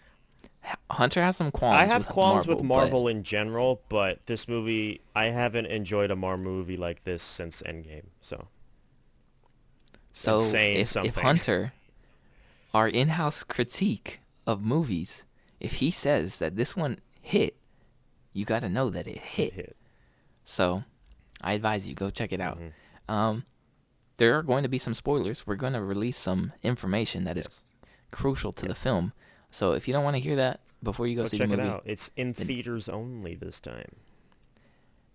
[SPEAKER 2] Hunter has some qualms.
[SPEAKER 1] I have
[SPEAKER 2] with
[SPEAKER 1] qualms
[SPEAKER 2] Marvel,
[SPEAKER 1] with
[SPEAKER 2] but-
[SPEAKER 1] Marvel in general, but this movie, I haven't enjoyed a Marvel movie like this since Endgame. So
[SPEAKER 2] So
[SPEAKER 1] saying
[SPEAKER 2] if, if
[SPEAKER 1] something.
[SPEAKER 2] Hunter, our in-house critique of movies, if he says that this one hit, you got to know that it hit.
[SPEAKER 1] hit.
[SPEAKER 2] So I advise you go check it out.
[SPEAKER 1] Mm-hmm.
[SPEAKER 2] Um, there are going to be some spoilers. We're going to release some information that is
[SPEAKER 1] Yes.
[SPEAKER 2] crucial to the film. So if you don't want to hear that before you go
[SPEAKER 1] Go
[SPEAKER 2] see
[SPEAKER 1] check
[SPEAKER 2] the
[SPEAKER 1] it
[SPEAKER 2] movie,
[SPEAKER 1] out. It's in theaters only this time.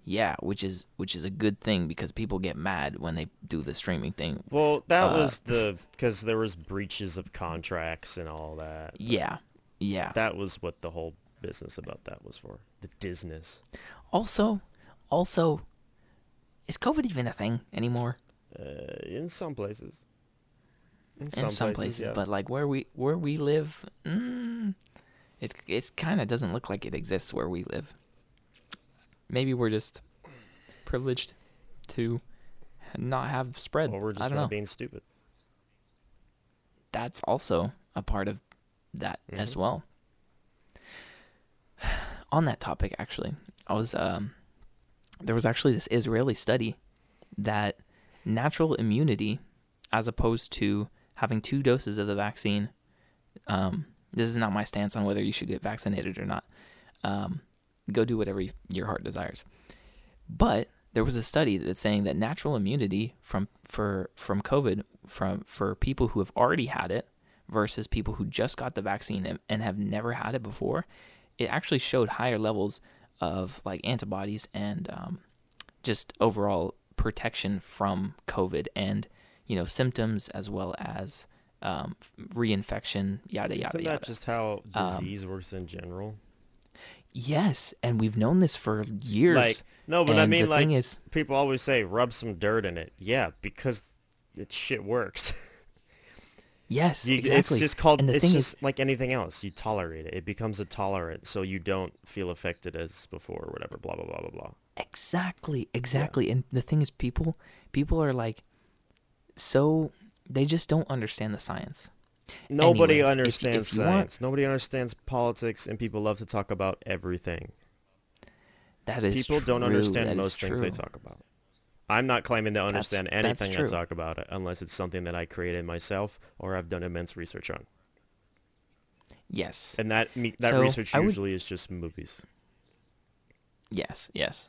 [SPEAKER 2] yeah, which is which is a good thing because people get mad when they do the streaming thing.
[SPEAKER 1] Well, that
[SPEAKER 2] Uh,
[SPEAKER 1] was the because there was breaches of contracts and all that.
[SPEAKER 2] Yeah, yeah.
[SPEAKER 1] That was what the whole business about that was for. The Disney's.
[SPEAKER 2] Also, also, is COVID even a thing anymore?
[SPEAKER 1] Uh, in some places. In
[SPEAKER 2] In some places,
[SPEAKER 1] yeah.
[SPEAKER 2] but like where we where we live, mm, it's it's kind of doesn't look like it exists where we live. Maybe we're just privileged to not have spread.
[SPEAKER 1] or we're
[SPEAKER 2] I
[SPEAKER 1] just
[SPEAKER 2] don't
[SPEAKER 1] not
[SPEAKER 2] know.
[SPEAKER 1] being stupid.
[SPEAKER 2] That's also a part of that as well. On that topic, actually, I was um, there was actually this Israeli study that natural immunity, as opposed to having two doses of the vaccine, um, this is not my stance on whether you should get vaccinated or not. Um, go do whatever you, your heart desires. But there was a study that's saying that natural immunity from for from COVID from for people who have already had it versus people who just got the vaccine and, and have never had it before, it actually showed higher levels of like antibodies and um, just overall protection from COVID and you know symptoms as well as um, reinfection, yada Um, yada
[SPEAKER 1] Isn't
[SPEAKER 2] yada.
[SPEAKER 1] that just how disease works in general?
[SPEAKER 2] Yes, and we've known this for years.
[SPEAKER 1] Like no, but I
[SPEAKER 2] And
[SPEAKER 1] mean
[SPEAKER 2] the thing
[SPEAKER 1] like
[SPEAKER 2] is-
[SPEAKER 1] people always say rub some dirt in it. Yeah, because it shit works.
[SPEAKER 2] yes,
[SPEAKER 1] You-
[SPEAKER 2] exactly.
[SPEAKER 1] It's just called.
[SPEAKER 2] And the
[SPEAKER 1] it's
[SPEAKER 2] thing
[SPEAKER 1] just
[SPEAKER 2] is,
[SPEAKER 1] like anything else. You tolerate it. It becomes a tolerant, so you don't feel affected as before or whatever. Blah blah blah blah blah.
[SPEAKER 2] exactly, exactly. And the thing is, people, people are like, so they just don't understand the science.
[SPEAKER 1] Nobody
[SPEAKER 2] Anyways, if-
[SPEAKER 1] understands
[SPEAKER 2] if you want-
[SPEAKER 1] science. Nobody understands politics, and people love to talk about everything.
[SPEAKER 2] That is
[SPEAKER 1] people don't
[SPEAKER 2] true,
[SPEAKER 1] understand
[SPEAKER 2] that is
[SPEAKER 1] most things they
[SPEAKER 2] true.
[SPEAKER 1] talk about. I'm not claiming to understand
[SPEAKER 2] that's
[SPEAKER 1] anything I
[SPEAKER 2] true.
[SPEAKER 1] talk about uh, unless it's something that I created myself or I've done immense research on.
[SPEAKER 2] Yes.
[SPEAKER 1] And that me- that
[SPEAKER 2] So,
[SPEAKER 1] research
[SPEAKER 2] I would-
[SPEAKER 1] usually is just movies.
[SPEAKER 2] Yes, yes.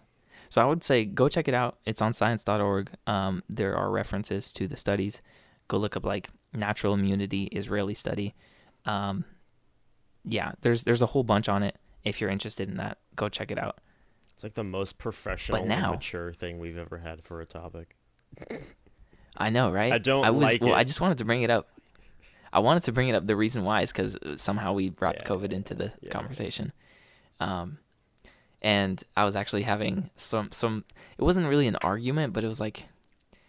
[SPEAKER 2] So I would say go check it out. It's on science.org. Um, there are references to the studies. Go look up like natural immunity Israeli study. Um, yeah, there's there's a whole bunch on it. If you're interested in that, go check it out.
[SPEAKER 1] It's like the most professional, and
[SPEAKER 2] now-
[SPEAKER 1] mature thing we've ever had for a topic.
[SPEAKER 2] I know, right?
[SPEAKER 1] I don't
[SPEAKER 2] I was,
[SPEAKER 1] like
[SPEAKER 2] well, I
[SPEAKER 1] it.
[SPEAKER 2] just wanted to bring it up. I wanted to bring it up. The reason why is because somehow we brought COVID into the conversation. Um, and I was actually having some some. It wasn't really an argument, but it was like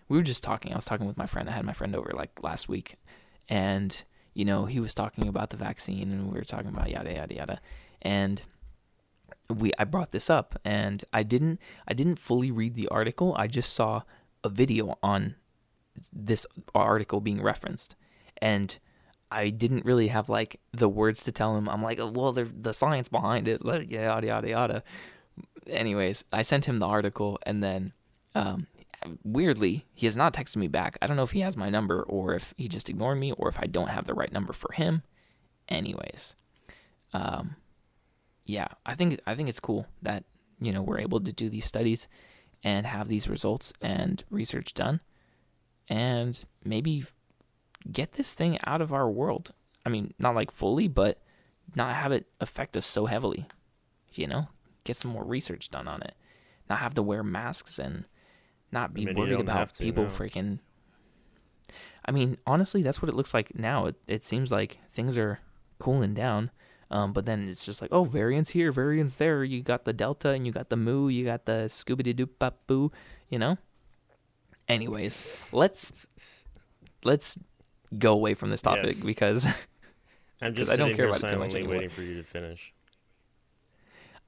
[SPEAKER 2] we were just talking. I was talking with my friend. I had my friend over like last week, and you know he was talking about the vaccine, and we were talking about yada yada yada, and we I brought this up and I didn't I didn't fully read the article. I just saw a video on this article being referenced and I didn't really have like the words to tell him. I'm like, oh, well, the the science behind it, like, yada yada yada. Anyways, I sent him the article, and then um, weirdly, he has not texted me back. I don't know if he has my number or if he just ignored me or if I don't have the right number for him. Anyways, um, yeah, I think I think it's cool that you know we're able to do these studies and have these results and research done, and maybe get this thing out of our world. I mean, not like fully, but not have it affect us so heavily. You know, get some more research done on it. Not have to wear masks and not be
[SPEAKER 1] mean, you
[SPEAKER 2] worried
[SPEAKER 1] don't
[SPEAKER 2] about
[SPEAKER 1] have to
[SPEAKER 2] people
[SPEAKER 1] now.
[SPEAKER 2] freaking. I mean, honestly, that's what it looks like now. It, it seems like things are cooling down. Um, but then it's just like, oh, variants here, variants there. You got the Delta and you got the Mu, you got the Scooby Doo Bop Boo, you know? Anyways, let's let's go away from this topic
[SPEAKER 1] Yes.
[SPEAKER 2] because
[SPEAKER 1] I'm
[SPEAKER 2] 'Cause
[SPEAKER 1] just
[SPEAKER 2] I don't
[SPEAKER 1] sitting
[SPEAKER 2] care
[SPEAKER 1] here
[SPEAKER 2] about it too much
[SPEAKER 1] silently
[SPEAKER 2] anymore.
[SPEAKER 1] waiting for you to finish.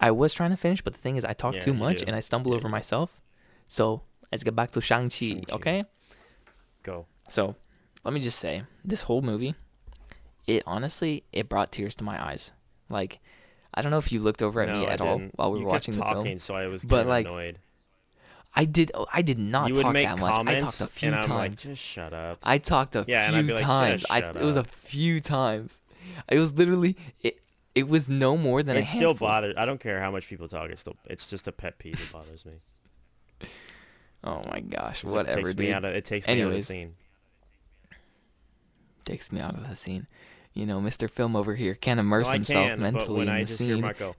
[SPEAKER 2] I was trying to finish, but the thing is, I talk
[SPEAKER 1] Yeah,
[SPEAKER 2] too
[SPEAKER 1] you
[SPEAKER 2] much
[SPEAKER 1] do.
[SPEAKER 2] and I stumble over myself. So let's get back to Shang-Chi,
[SPEAKER 1] Shang-Chi.
[SPEAKER 2] okay?
[SPEAKER 1] Go.
[SPEAKER 2] So let me just say, this whole movie, it honestly, it brought tears to my eyes. Like, I don't know if you looked over at
[SPEAKER 1] no,
[SPEAKER 2] me
[SPEAKER 1] I
[SPEAKER 2] at all
[SPEAKER 1] didn't.
[SPEAKER 2] while we
[SPEAKER 1] you
[SPEAKER 2] were watching
[SPEAKER 1] kept
[SPEAKER 2] the
[SPEAKER 1] talking,
[SPEAKER 2] film.
[SPEAKER 1] so I was
[SPEAKER 2] but,
[SPEAKER 1] getting
[SPEAKER 2] like,
[SPEAKER 1] annoyed.
[SPEAKER 2] I did. oh, I did not
[SPEAKER 1] you would
[SPEAKER 2] talk
[SPEAKER 1] make
[SPEAKER 2] that much. I
[SPEAKER 1] comments,
[SPEAKER 2] talked a few
[SPEAKER 1] and I'm like,
[SPEAKER 2] times.
[SPEAKER 1] just shut up.
[SPEAKER 2] I talked a
[SPEAKER 1] Yeah, and I'd
[SPEAKER 2] few
[SPEAKER 1] be like,
[SPEAKER 2] times.
[SPEAKER 1] "Just
[SPEAKER 2] I,
[SPEAKER 1] shut
[SPEAKER 2] it was a
[SPEAKER 1] up."
[SPEAKER 2] few times. It was literally it. It was no more than a
[SPEAKER 1] It still
[SPEAKER 2] handful.
[SPEAKER 1] bothers. I don't care how much people talk. It's still. It's just a pet peeve. It bothers me.
[SPEAKER 2] Oh my gosh!
[SPEAKER 1] 'Cause
[SPEAKER 2] Whatever,
[SPEAKER 1] It takes
[SPEAKER 2] dude.
[SPEAKER 1] me out of. It takes me out of the
[SPEAKER 2] Anyways.
[SPEAKER 1] scene.
[SPEAKER 2] takes me out of the scene. You know, Mr. Film over here can't immerse
[SPEAKER 1] No, I
[SPEAKER 2] himself
[SPEAKER 1] can,
[SPEAKER 2] mentally
[SPEAKER 1] but when
[SPEAKER 2] in
[SPEAKER 1] I
[SPEAKER 2] the
[SPEAKER 1] just hear
[SPEAKER 2] scene.
[SPEAKER 1] Mark go,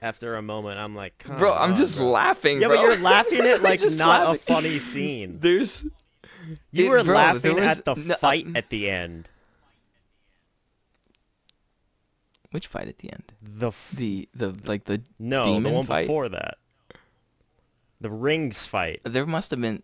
[SPEAKER 1] after a moment, I'm like, Come
[SPEAKER 2] bro, I'm
[SPEAKER 1] on,
[SPEAKER 2] just
[SPEAKER 1] bro."
[SPEAKER 2] laughing,
[SPEAKER 1] Oh, Yeah,
[SPEAKER 2] bro.
[SPEAKER 1] but you're laughing at
[SPEAKER 2] I'm
[SPEAKER 1] like
[SPEAKER 2] just
[SPEAKER 1] not a
[SPEAKER 2] laughing.
[SPEAKER 1] funny scene.
[SPEAKER 2] There's
[SPEAKER 1] You
[SPEAKER 2] It-
[SPEAKER 1] were
[SPEAKER 2] bro, there
[SPEAKER 1] laughing
[SPEAKER 2] was
[SPEAKER 1] at the
[SPEAKER 2] no- um,
[SPEAKER 1] fight at the end.
[SPEAKER 2] which fight at the end?
[SPEAKER 1] The f-
[SPEAKER 2] The the like the
[SPEAKER 1] no, the
[SPEAKER 2] demon
[SPEAKER 1] one
[SPEAKER 2] fight?
[SPEAKER 1] before that. The rings fight
[SPEAKER 2] There must have been.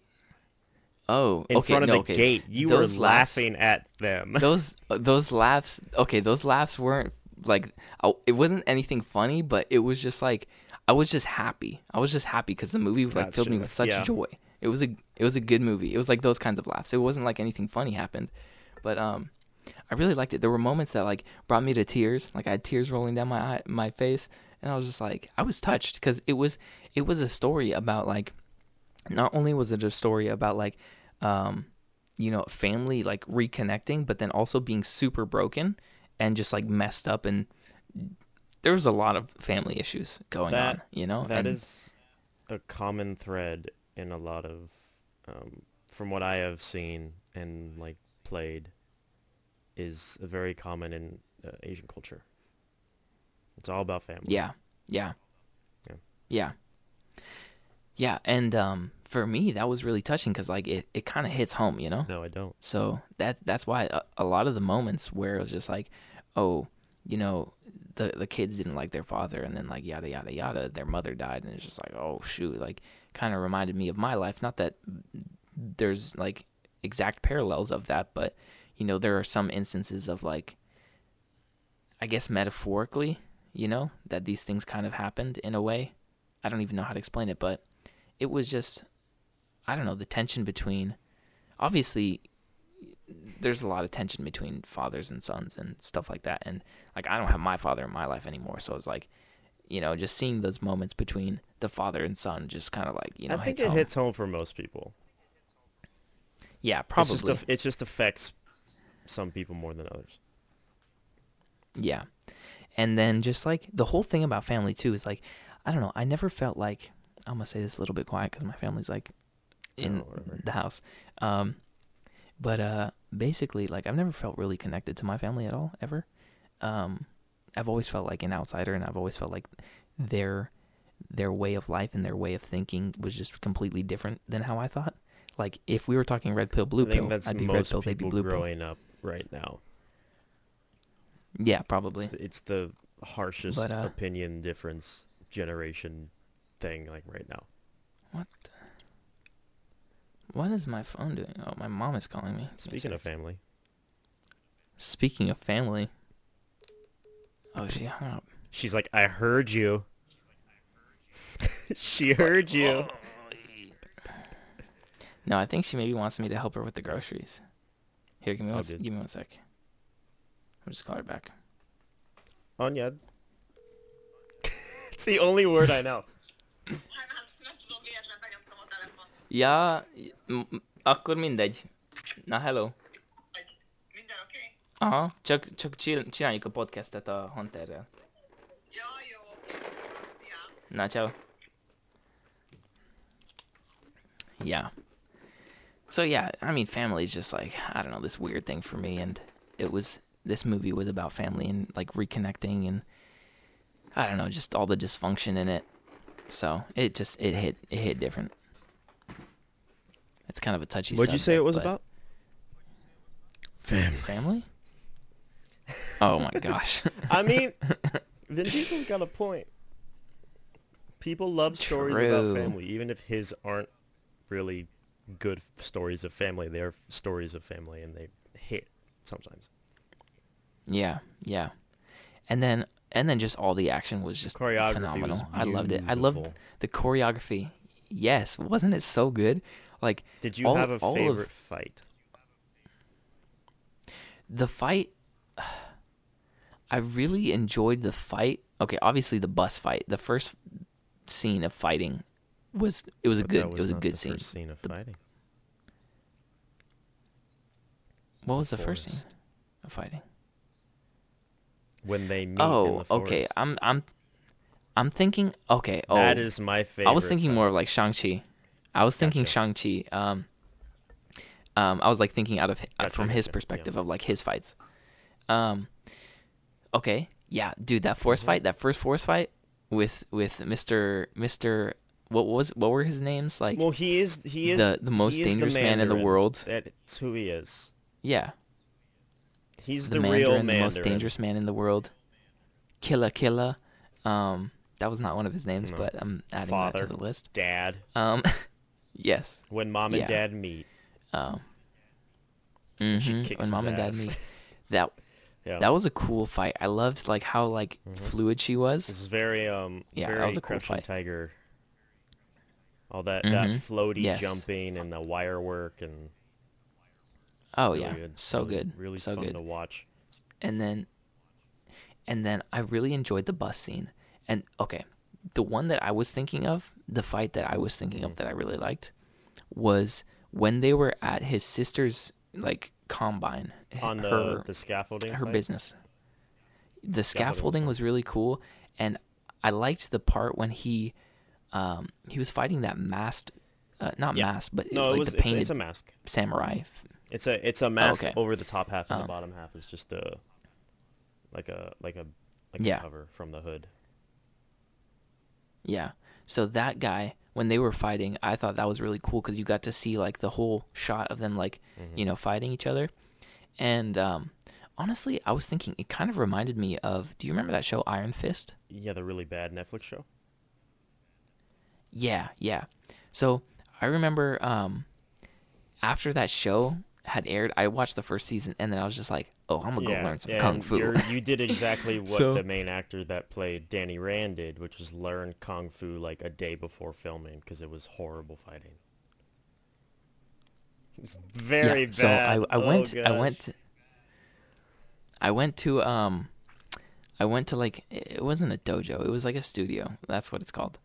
[SPEAKER 2] Oh,
[SPEAKER 1] in
[SPEAKER 2] okay,
[SPEAKER 1] front of
[SPEAKER 2] no,
[SPEAKER 1] the
[SPEAKER 2] okay.
[SPEAKER 1] gate. You
[SPEAKER 2] Those
[SPEAKER 1] were
[SPEAKER 2] laughs-
[SPEAKER 1] laughing at them.
[SPEAKER 2] those those laughs okay those laughs weren't like I, it wasn't anything funny but it was just like i was just happy i was just happy because the movie like filled me
[SPEAKER 1] Gotcha.
[SPEAKER 2] with such
[SPEAKER 1] Yeah.
[SPEAKER 2] joy it was a it was a good movie it was like those kinds of laughs it wasn't like anything funny happened but um i really liked it there were moments that like brought me to tears like i had tears rolling down my eye, my face and i was just like i was touched because it was it was a story about like not only was it a story about like um you know family like reconnecting but then also being super broken and just like messed up and there was a lot of family issues going
[SPEAKER 1] That-
[SPEAKER 2] on you know
[SPEAKER 1] That
[SPEAKER 2] And
[SPEAKER 1] is a common thread in a lot of, um, from what I have seen and like played, is very common in uh, Asian culture. It's all about family.
[SPEAKER 2] yeah yeah
[SPEAKER 1] Yeah.
[SPEAKER 2] yeah yeah and um for me that was really touching because like it, it kind of hits home you know
[SPEAKER 1] No, I don't.
[SPEAKER 2] So that that's why a, a lot of the moments where it was just like, oh, you know, the the kids didn't like their father, and then like yada yada yada, their mother died, and it's just like oh shoot, like kind of reminded me of my life. Not that there's like exact parallels of that, but you know there are some instances of like, I guess metaphorically, you know, that these things kind of happened in a way. I don't even know how to explain it, but it was just I don't know the tension between obviously there's a lot of tension between fathers and sons and stuff like that and like I don't have my father in my life anymore so it's like you know just seeing those moments between the father and son just kind of like you know
[SPEAKER 1] I think
[SPEAKER 2] hits
[SPEAKER 1] it
[SPEAKER 2] home.
[SPEAKER 1] hits home for most people.
[SPEAKER 2] yeah
[SPEAKER 1] It's
[SPEAKER 2] probably
[SPEAKER 1] just a, it just affects some people more than others.
[SPEAKER 2] Yeah. And then just like the whole thing about family too is like, I don't know, I never felt like I'm gonna say this a little bit quiet because my family's like in
[SPEAKER 1] Oh, whatever.
[SPEAKER 2] the house. Um, but uh, basically, like I've never felt really connected to my family at all ever. Um, I've always felt like an outsider, and I've always felt like their their way of life and their way of thinking was just completely different than how I thought. Like if we were talking red pill, blue
[SPEAKER 1] I think
[SPEAKER 2] pill,
[SPEAKER 1] that's
[SPEAKER 2] I'd be red
[SPEAKER 1] most
[SPEAKER 2] pill, they'd be
[SPEAKER 1] people
[SPEAKER 2] blue pill.
[SPEAKER 1] growing up right now.
[SPEAKER 2] Yeah, probably.
[SPEAKER 1] It's the, it's the harshest
[SPEAKER 2] But, uh,
[SPEAKER 1] opinion difference generation thing like right now.
[SPEAKER 2] What? The... What is my phone doing? Oh, my mom is calling me. Give me a
[SPEAKER 1] Speaking of
[SPEAKER 2] sec.
[SPEAKER 1] family,
[SPEAKER 2] speaking of family. Oh, she hung up.
[SPEAKER 1] she's like, "I heard you." she heard you.
[SPEAKER 2] No, I think she maybe wants me to help her with the groceries. Here, give me
[SPEAKER 1] All
[SPEAKER 2] one. s-
[SPEAKER 1] Oh, good.
[SPEAKER 2] Give me one sec. I'll just call her back.
[SPEAKER 1] Onyad. it's the only word I know.
[SPEAKER 4] hanem hát nem tudom, véletlen benyomtam a telefon.
[SPEAKER 2] Yeah, akkor mindegy. Na, hello.
[SPEAKER 4] Hogy minden oké? Okay?
[SPEAKER 2] Aha, csak, csak csil- csináljuk a podcastet a Hunterrel.
[SPEAKER 4] Ja, jó, oké. Szia.
[SPEAKER 2] Na, ciao. Yeah. So yeah, I mean, family is just like I don't know this weird thing for me, and it was this movie was about family and like reconnecting and I don't know, just all the dysfunction in it. So it just it hit it hit different. It's kind of a touchy.
[SPEAKER 1] What'd you say
[SPEAKER 2] subject,
[SPEAKER 1] it was
[SPEAKER 2] but-
[SPEAKER 1] about? Family.
[SPEAKER 2] Family. oh my gosh.
[SPEAKER 1] I mean, Vin Diesel's got a point. People love stories
[SPEAKER 2] True.
[SPEAKER 1] about family, even if his aren't really good f- stories of family. They are stories of family, and they hit sometimes.
[SPEAKER 2] Yeah, yeah. And then and then just all the action was just
[SPEAKER 1] choreography
[SPEAKER 2] phenomenal.
[SPEAKER 1] was
[SPEAKER 2] I loved it. I loved
[SPEAKER 1] beautiful.
[SPEAKER 2] the choreography. Yes, wasn't it so good? Like
[SPEAKER 1] Did you
[SPEAKER 2] all-
[SPEAKER 1] have a
[SPEAKER 2] all of
[SPEAKER 1] favorite fight?
[SPEAKER 2] the fight I really enjoyed the fight. Okay, obviously the bus fight. The first scene of fighting was it was a
[SPEAKER 1] But
[SPEAKER 2] good
[SPEAKER 1] that
[SPEAKER 2] it was a
[SPEAKER 1] not
[SPEAKER 2] good
[SPEAKER 1] the
[SPEAKER 2] scene.
[SPEAKER 1] First scene of fighting.
[SPEAKER 2] What was the first scene
[SPEAKER 1] forest.
[SPEAKER 2] of fighting?
[SPEAKER 1] When they meet in
[SPEAKER 2] Oh,
[SPEAKER 1] the
[SPEAKER 2] okay.
[SPEAKER 1] forest.
[SPEAKER 2] I'm I'm I'm thinking okay, oh
[SPEAKER 1] That is my favorite.
[SPEAKER 2] I was thinking more of like Shang Chi. I was thinking
[SPEAKER 1] Gotcha.
[SPEAKER 2] Shang Chi. Um, um, I was like thinking out of hi-
[SPEAKER 1] Gotcha,
[SPEAKER 2] from his
[SPEAKER 1] gotcha, yeah.
[SPEAKER 2] perspective of like his fights. Um, okay, yeah, dude, that force
[SPEAKER 1] Mm-hmm.
[SPEAKER 2] fight, that first force fight with with Mister Mister, what was what were his names like?
[SPEAKER 1] Well, he is. He is
[SPEAKER 2] the- the most
[SPEAKER 1] he is
[SPEAKER 2] dangerous man in the
[SPEAKER 1] Mandarin.
[SPEAKER 2] world.
[SPEAKER 1] That's who he is.
[SPEAKER 2] yeah,
[SPEAKER 1] He's
[SPEAKER 2] the,
[SPEAKER 1] the,
[SPEAKER 2] Mandarin,
[SPEAKER 1] real
[SPEAKER 2] the
[SPEAKER 1] Mandarin.
[SPEAKER 2] most dangerous man in the world. Killer, killer. Um, that was not one of his names,
[SPEAKER 1] No.
[SPEAKER 2] but I'm adding
[SPEAKER 1] Father,
[SPEAKER 2] that to the list.
[SPEAKER 1] dad.
[SPEAKER 2] Um, yes.
[SPEAKER 1] When mom and
[SPEAKER 2] Yeah.
[SPEAKER 1] dad meet,
[SPEAKER 2] Um,
[SPEAKER 1] She
[SPEAKER 2] mhm,
[SPEAKER 1] kicks
[SPEAKER 2] when mom
[SPEAKER 1] his
[SPEAKER 2] and dad
[SPEAKER 1] ass.
[SPEAKER 2] meet, that
[SPEAKER 1] yeah,
[SPEAKER 2] that was a cool fight. I loved like how like
[SPEAKER 1] Mm-hmm.
[SPEAKER 2] fluid she
[SPEAKER 1] This
[SPEAKER 2] was.
[SPEAKER 1] is very um
[SPEAKER 2] Yeah, that
[SPEAKER 1] very
[SPEAKER 2] was a cool
[SPEAKER 1] Crouching
[SPEAKER 2] fight.
[SPEAKER 1] Tiger. All that that
[SPEAKER 2] Mhm.
[SPEAKER 1] floaty
[SPEAKER 2] Yes.
[SPEAKER 1] jumping and the wire work and
[SPEAKER 2] Oh
[SPEAKER 1] really
[SPEAKER 2] yeah,
[SPEAKER 1] good,
[SPEAKER 2] so
[SPEAKER 1] really,
[SPEAKER 2] good,
[SPEAKER 1] really
[SPEAKER 2] so
[SPEAKER 1] fun
[SPEAKER 2] good.
[SPEAKER 1] to watch.
[SPEAKER 2] and then and then I really enjoyed the bus scene. And okay, the one that I was thinking of, the fight that I was thinking
[SPEAKER 1] Mm-hmm.
[SPEAKER 2] of that I really liked was when they were at his sister's like combine h-
[SPEAKER 1] On the
[SPEAKER 2] her-
[SPEAKER 1] the scaffolding,
[SPEAKER 2] her
[SPEAKER 1] fight,
[SPEAKER 2] business.
[SPEAKER 1] Scaffolding
[SPEAKER 2] The scaffolding was really cool, and I liked the part when he, um, he was fighting that masked, uh, not
[SPEAKER 1] Yeah.
[SPEAKER 2] masked, but
[SPEAKER 1] No,
[SPEAKER 2] like
[SPEAKER 1] it was
[SPEAKER 2] the
[SPEAKER 1] it's,
[SPEAKER 2] painted
[SPEAKER 1] it's a mask.
[SPEAKER 2] samurai.
[SPEAKER 1] It's a it's a mask
[SPEAKER 2] okay.
[SPEAKER 1] over the top half and
[SPEAKER 2] Um,
[SPEAKER 1] the bottom half is just a like a like a like
[SPEAKER 2] Yeah.
[SPEAKER 1] a cover from the hood.
[SPEAKER 2] Yeah. So that guy, when they were fighting, I thought that was really cool because you got
[SPEAKER 1] Mm-hmm.
[SPEAKER 2] to see like the whole shot of them like, you know, fighting each other, and um, Honestly, I was thinking it kind of reminded me of. Do you remember that show Iron Fist?
[SPEAKER 1] Yeah, the really bad Netflix show.
[SPEAKER 2] Yeah, yeah. So I remember um, after that show had aired, I watched the first season, and then I was just like, "Oh, I'm gonna
[SPEAKER 1] yeah,
[SPEAKER 2] go learn some
[SPEAKER 1] and
[SPEAKER 2] kung fu."
[SPEAKER 1] you're- You did exactly what
[SPEAKER 2] So-
[SPEAKER 1] the main actor that played Danny Rand did, which was learn kung fu like a day before filming because it was horrible fighting. It's very
[SPEAKER 2] yeah.
[SPEAKER 1] bad.
[SPEAKER 2] So I, I
[SPEAKER 1] Oh,
[SPEAKER 2] went. I
[SPEAKER 1] gosh.
[SPEAKER 2] went. To, I went to um, I went to like it wasn't a dojo. It was like a studio. That's what it's called.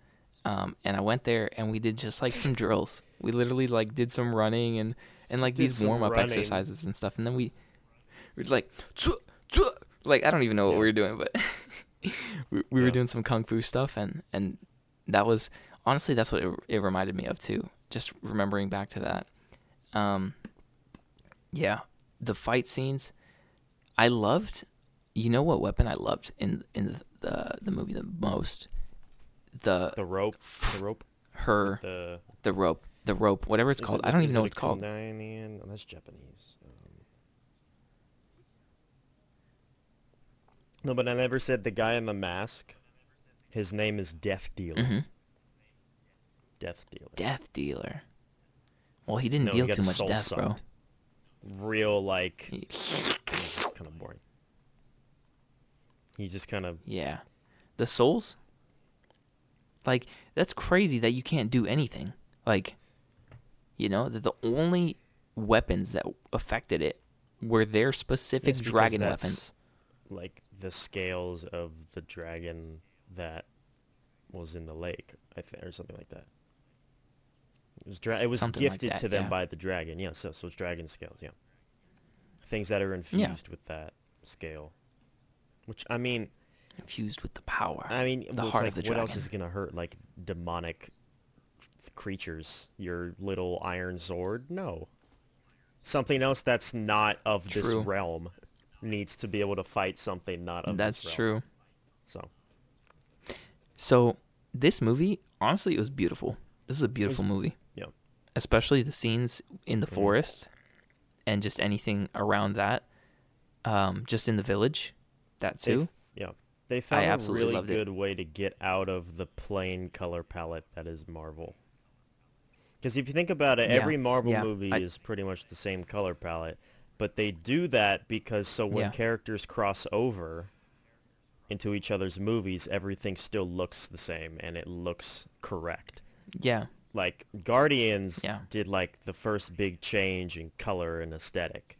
[SPEAKER 2] Um, and I went there and we did just like some drills. We literally like did some running and and like
[SPEAKER 1] Did
[SPEAKER 2] these
[SPEAKER 1] some
[SPEAKER 2] warm up
[SPEAKER 1] running.
[SPEAKER 2] exercises and stuff. And then we we were like "Tsu, tsu," like I don't even know what we were doing, but we, we were
[SPEAKER 1] Yeah.
[SPEAKER 2] doing some kung fu stuff and and that was honestly that's what it, it reminded me of too. Just remembering back to that. Um, yeah, the fight scenes. I loved. You know what weapon I loved in in the the, the movie the most? The,
[SPEAKER 1] the rope, the rope,
[SPEAKER 2] her the,
[SPEAKER 1] the.
[SPEAKER 2] rope the rope whatever it's
[SPEAKER 1] is
[SPEAKER 2] called.
[SPEAKER 1] it-
[SPEAKER 2] I don't
[SPEAKER 1] is it
[SPEAKER 2] even know
[SPEAKER 1] a
[SPEAKER 2] what it's called.
[SPEAKER 1] Kunai-an? Oh, that's Japanese. Um, no, but I never said the guy in the mask. His name is Death Dealer.
[SPEAKER 2] hmm
[SPEAKER 1] Death Dealer.
[SPEAKER 2] Death dealer. Well, he didn't
[SPEAKER 1] No, he
[SPEAKER 2] deal
[SPEAKER 1] got
[SPEAKER 2] too
[SPEAKER 1] his
[SPEAKER 2] much
[SPEAKER 1] soul
[SPEAKER 2] death,
[SPEAKER 1] sucked.
[SPEAKER 2] bro.
[SPEAKER 1] Real like
[SPEAKER 2] He-
[SPEAKER 1] kind of boring. He just kind of
[SPEAKER 2] yeah, the souls. Like that's crazy that you can't do anything. Like, you know that the only weapons that affected it were their specific
[SPEAKER 1] It's because
[SPEAKER 2] dragon
[SPEAKER 1] that's,
[SPEAKER 2] weapons.
[SPEAKER 1] like the scales of the dragon that was in the lake, I think, or something like that. It was dra- it was
[SPEAKER 2] Something like
[SPEAKER 1] gifted
[SPEAKER 2] that,
[SPEAKER 1] to them
[SPEAKER 2] yeah.
[SPEAKER 1] by the dragon. Yeah, so so it's dragon scales. Yeah, things that are infused with that scale. Which I mean,
[SPEAKER 2] infused with the power.
[SPEAKER 1] I mean,
[SPEAKER 2] the
[SPEAKER 1] well, it's
[SPEAKER 2] heart
[SPEAKER 1] like,
[SPEAKER 2] of the
[SPEAKER 1] what
[SPEAKER 2] dragon.
[SPEAKER 1] else is gonna hurt like demonic th- creatures? Your little iron sword? No. Something else that's not of this
[SPEAKER 2] True.
[SPEAKER 1] realm needs to be able to fight something not of
[SPEAKER 2] That's
[SPEAKER 1] this realm.
[SPEAKER 2] true.
[SPEAKER 1] So
[SPEAKER 2] So this movie, honestly, it was beautiful. This is a beautiful movie,
[SPEAKER 1] yeah, Mm-hmm.
[SPEAKER 2] especially the scenes in the forest, and just anything around that. Um, just in the village, that
[SPEAKER 1] They f-
[SPEAKER 2] too.
[SPEAKER 1] yeah, they found a
[SPEAKER 2] absolutely
[SPEAKER 1] really
[SPEAKER 2] loved it.
[SPEAKER 1] good way to get out of the plain color palette that is Marvel. Because if you think about it,
[SPEAKER 2] Yeah,
[SPEAKER 1] every Marvel
[SPEAKER 2] yeah,
[SPEAKER 1] movie
[SPEAKER 2] I-
[SPEAKER 1] is pretty much the same color palette, but they do that because so when
[SPEAKER 2] Yeah.
[SPEAKER 1] characters cross over into each other's movies, everything still looks the same and it looks correct.
[SPEAKER 2] Yeah,
[SPEAKER 1] Like Guardians
[SPEAKER 2] Yeah.
[SPEAKER 1] did like the first big change in color and aesthetic.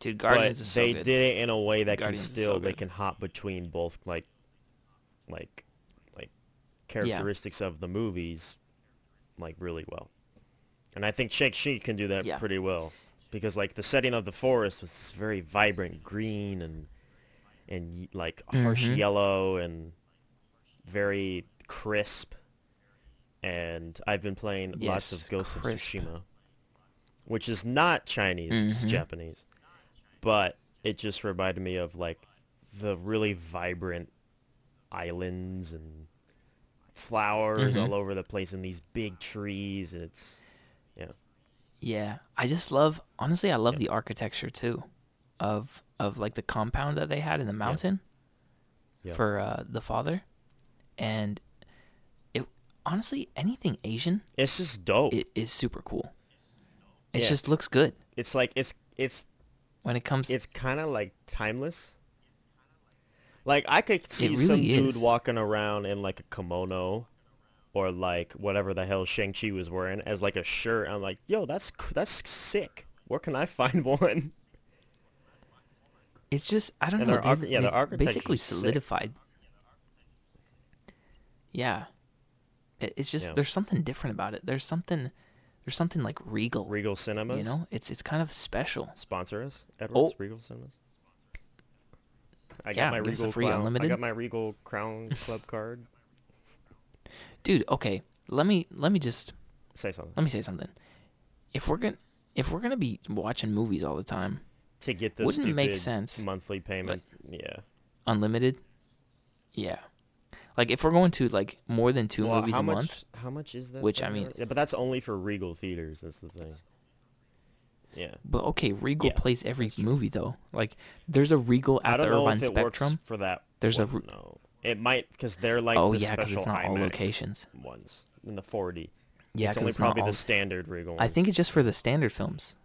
[SPEAKER 2] dude, Guardians
[SPEAKER 1] but
[SPEAKER 2] is so
[SPEAKER 1] they
[SPEAKER 2] good.
[SPEAKER 1] did it in a way that
[SPEAKER 2] Guardians
[SPEAKER 1] can
[SPEAKER 2] is so
[SPEAKER 1] still they
[SPEAKER 2] good.
[SPEAKER 1] can hop between both like like like characteristics of the movies like really well and i think shake Chi can do that
[SPEAKER 2] Yeah.
[SPEAKER 1] pretty well because like the setting of the forest was this very vibrant green and and y- like harsh
[SPEAKER 2] Mhm.
[SPEAKER 1] yellow and very crisp and i've been playing lots
[SPEAKER 2] Yes,
[SPEAKER 1] of ghost
[SPEAKER 2] crisp.
[SPEAKER 1] of tsushima which is not Chinese, which is
[SPEAKER 2] Mhm.
[SPEAKER 1] Japanese. But it just reminded me of like the really vibrant islands and flowers
[SPEAKER 2] Mhm.
[SPEAKER 1] all over the place and these big trees and it's yeah.
[SPEAKER 2] Yeah, I just love. Honestly, I love the architecture too, of of like the compound that they had in the mountain
[SPEAKER 1] Yeah.
[SPEAKER 2] for uh, the father, and it honestly anything Asian
[SPEAKER 1] It's just dope.
[SPEAKER 2] it is super cool. It
[SPEAKER 1] Yeah.
[SPEAKER 2] just looks good
[SPEAKER 1] it's like it's it's
[SPEAKER 2] when it comes.
[SPEAKER 1] it's kind of like timeless. Like I could see
[SPEAKER 2] really
[SPEAKER 1] some dude
[SPEAKER 2] is.
[SPEAKER 1] walking around in like a kimono or like whatever the hell Shang-Chi was wearing as like a shirt. I'm like, "Yo, that's c- that's sick. Where can I find one?"
[SPEAKER 2] it's just I don't
[SPEAKER 1] and
[SPEAKER 2] know.
[SPEAKER 1] their
[SPEAKER 2] they-
[SPEAKER 1] arch- yeah,
[SPEAKER 2] they
[SPEAKER 1] their architecture's
[SPEAKER 2] basically
[SPEAKER 1] sick.
[SPEAKER 2] solidified. Yeah, It- it's just
[SPEAKER 1] Yeah.
[SPEAKER 2] there's something different about it. There's something, there's something like regal.
[SPEAKER 1] Regal Cinemas.
[SPEAKER 2] You know, it's it's kind of special.
[SPEAKER 1] sponsor us. Edwards
[SPEAKER 2] Oh.
[SPEAKER 1] Regal Cinemas. I
[SPEAKER 2] Yeah,
[SPEAKER 1] got my
[SPEAKER 2] give us a
[SPEAKER 1] Regal
[SPEAKER 2] free
[SPEAKER 1] Crown- I
[SPEAKER 2] unlimited.
[SPEAKER 1] got my Regal Crown Club card.
[SPEAKER 2] dude okay let me let me just
[SPEAKER 1] Say something
[SPEAKER 2] let me say something if we're gonna if we're gonna be watching movies all the time
[SPEAKER 1] to get this
[SPEAKER 2] wouldn't it
[SPEAKER 1] stupid
[SPEAKER 2] make sense,
[SPEAKER 1] monthly payment. yeah.
[SPEAKER 2] unlimited yeah like if we're going to like more than two
[SPEAKER 1] Well,
[SPEAKER 2] movies
[SPEAKER 1] how
[SPEAKER 2] a
[SPEAKER 1] much?
[SPEAKER 2] month
[SPEAKER 1] How much is that?
[SPEAKER 2] which,
[SPEAKER 1] per
[SPEAKER 2] I mean-
[SPEAKER 1] year? yeah, but that's only for Regal theaters. That's the thing. Yeah.
[SPEAKER 2] But okay, Regal
[SPEAKER 1] Yeah,
[SPEAKER 2] plays every movie though. Like there's a Regal
[SPEAKER 1] I
[SPEAKER 2] at the
[SPEAKER 1] don't know
[SPEAKER 2] Irvine
[SPEAKER 1] if it
[SPEAKER 2] Spectrum.
[SPEAKER 1] works for that.
[SPEAKER 2] There's a
[SPEAKER 1] one,
[SPEAKER 2] re-
[SPEAKER 1] no. It might because they're like
[SPEAKER 2] Oh
[SPEAKER 1] the
[SPEAKER 2] yeah, because
[SPEAKER 1] special
[SPEAKER 2] it's not all
[SPEAKER 1] IMAX
[SPEAKER 2] locations.
[SPEAKER 1] ones in the 40.
[SPEAKER 2] Yeah,
[SPEAKER 1] it's
[SPEAKER 2] 'cause
[SPEAKER 1] only
[SPEAKER 2] it's not
[SPEAKER 1] probably
[SPEAKER 2] all-
[SPEAKER 1] the standard Regal.
[SPEAKER 2] I
[SPEAKER 1] ones.
[SPEAKER 2] think it's just for the standard films.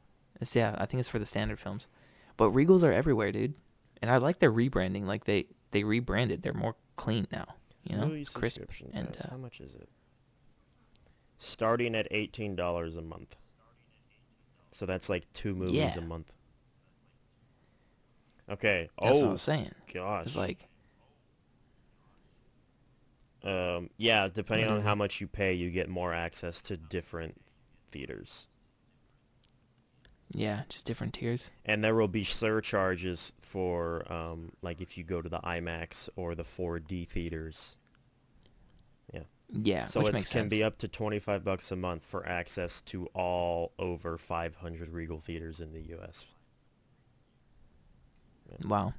[SPEAKER 2] It's, yeah, I think it's for the standard films. But Regals are everywhere, dude. And I like their rebranding. Like they they rebranded. They're more clean now. You know,
[SPEAKER 1] Movie
[SPEAKER 2] it's crisp
[SPEAKER 1] subscription
[SPEAKER 2] and
[SPEAKER 1] pass,
[SPEAKER 2] uh,
[SPEAKER 1] how much is it? Starting at eighteen dollars a month. So that's like two movies
[SPEAKER 2] Yeah.
[SPEAKER 1] a month. Okay.
[SPEAKER 2] that's what I
[SPEAKER 1] oh
[SPEAKER 2] was saying.
[SPEAKER 1] gosh.
[SPEAKER 2] It's like
[SPEAKER 1] um, yeah, depending on
[SPEAKER 2] Mhm.
[SPEAKER 1] how much you pay, you get more access to different theaters,
[SPEAKER 2] yeah, just different tiers.
[SPEAKER 1] and there will be surcharges for um, like if you go to the IMAX or the 4D theaters.
[SPEAKER 2] Yeah,
[SPEAKER 1] So
[SPEAKER 2] which
[SPEAKER 1] it
[SPEAKER 2] makes
[SPEAKER 1] can
[SPEAKER 2] sense.
[SPEAKER 1] be up to 25 bucks a month for access to all over 500 Regal theaters in the US.
[SPEAKER 2] wow.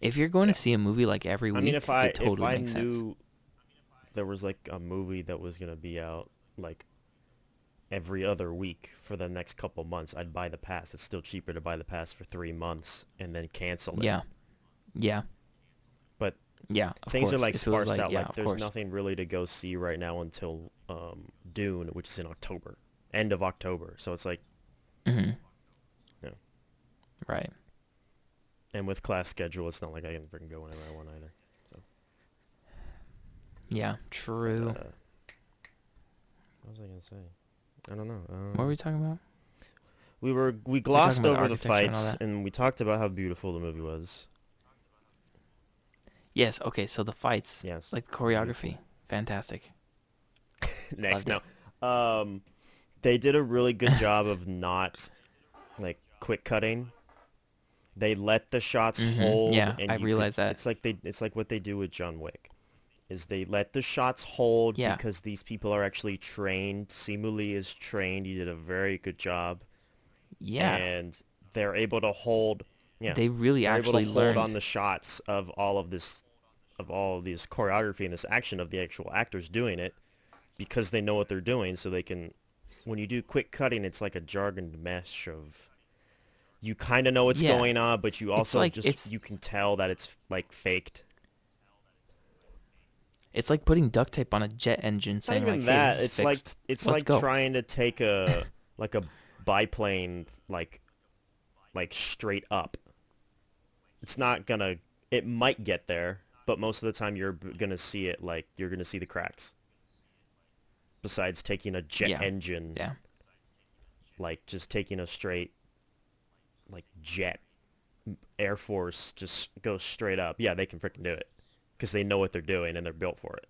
[SPEAKER 2] If you're going
[SPEAKER 1] Yeah.
[SPEAKER 2] to see a movie like every week,
[SPEAKER 1] I mean if I
[SPEAKER 2] it totally
[SPEAKER 1] if I
[SPEAKER 2] makes
[SPEAKER 1] knew
[SPEAKER 2] sense.
[SPEAKER 1] there was like a movie that was going to be out like every other week for the next couple months, I'd buy the pass. It's still cheaper to buy the pass for 3 months and then cancel it.
[SPEAKER 2] Yeah, yeah,
[SPEAKER 1] But
[SPEAKER 2] yeah. of
[SPEAKER 1] things are
[SPEAKER 2] course.
[SPEAKER 1] like
[SPEAKER 2] If it was
[SPEAKER 1] sparsed out.
[SPEAKER 2] yeah,
[SPEAKER 1] like
[SPEAKER 2] of
[SPEAKER 1] there's
[SPEAKER 2] course.
[SPEAKER 1] nothing really to go see right now until um, Dune, which is in October, end of October. So it's like
[SPEAKER 2] Mhm.
[SPEAKER 1] Yeah.
[SPEAKER 2] Right.
[SPEAKER 1] And with class schedule, it's not like I can freaking go whenever I want either.
[SPEAKER 2] Yeah. True.
[SPEAKER 1] Uh, what was I gonna say? I don't know. Um,
[SPEAKER 2] what were we talking about?
[SPEAKER 1] we were we glossed
[SPEAKER 2] about
[SPEAKER 1] over the
[SPEAKER 2] architecture and all
[SPEAKER 1] fights,
[SPEAKER 2] that.
[SPEAKER 1] and, we talked about how beautiful the movie was.
[SPEAKER 2] Yes. Okay. So the fights,
[SPEAKER 1] Yes.
[SPEAKER 2] like choreography, fantastic.
[SPEAKER 1] Next,
[SPEAKER 2] loved
[SPEAKER 1] no. Um, they did a really good job of not like quick cutting. They let the shots
[SPEAKER 2] Mhm,
[SPEAKER 1] hold.
[SPEAKER 2] yeah,
[SPEAKER 1] and
[SPEAKER 2] I
[SPEAKER 1] you could-
[SPEAKER 2] realized that.
[SPEAKER 1] It's like they it's like what they do with John Wick, is they let the shots hold
[SPEAKER 2] Yeah.
[SPEAKER 1] because these people are actually trained. Simu Lee is trained. He did a very good job.
[SPEAKER 2] Yeah.
[SPEAKER 1] and they're able to hold. Yeah,
[SPEAKER 2] They really
[SPEAKER 1] they're
[SPEAKER 2] actually
[SPEAKER 1] able to hold
[SPEAKER 2] learned.
[SPEAKER 1] on the shots of all of this, of all of this choreography and this action of the actual actors doing it, because they know what they're doing. So they can, when you do quick cutting, it's like a jargoned mesh of. You kind of know what's
[SPEAKER 2] Yeah.
[SPEAKER 1] going on, but you also
[SPEAKER 2] like-
[SPEAKER 1] just
[SPEAKER 2] it's-
[SPEAKER 1] you can tell that it's like faked.
[SPEAKER 2] it's like putting duct tape on a jet engine.
[SPEAKER 1] It's not
[SPEAKER 2] Saying
[SPEAKER 1] even
[SPEAKER 2] like, hey,
[SPEAKER 1] that.
[SPEAKER 2] this is
[SPEAKER 1] It's like
[SPEAKER 2] fixed.
[SPEAKER 1] it's
[SPEAKER 2] Let's
[SPEAKER 1] like
[SPEAKER 2] go.
[SPEAKER 1] trying to take a like a biplane like like straight up. It's not gonna. It might get there, but most of the time you're b- gonna see it like you're gonna see the cracks. Besides taking a jet
[SPEAKER 2] Yeah.
[SPEAKER 1] engine,
[SPEAKER 2] Yeah.
[SPEAKER 1] like just taking a straight like jet Air Force just go straight up. Yeah, they can freaking do it because they know what they're doing and they're built for it.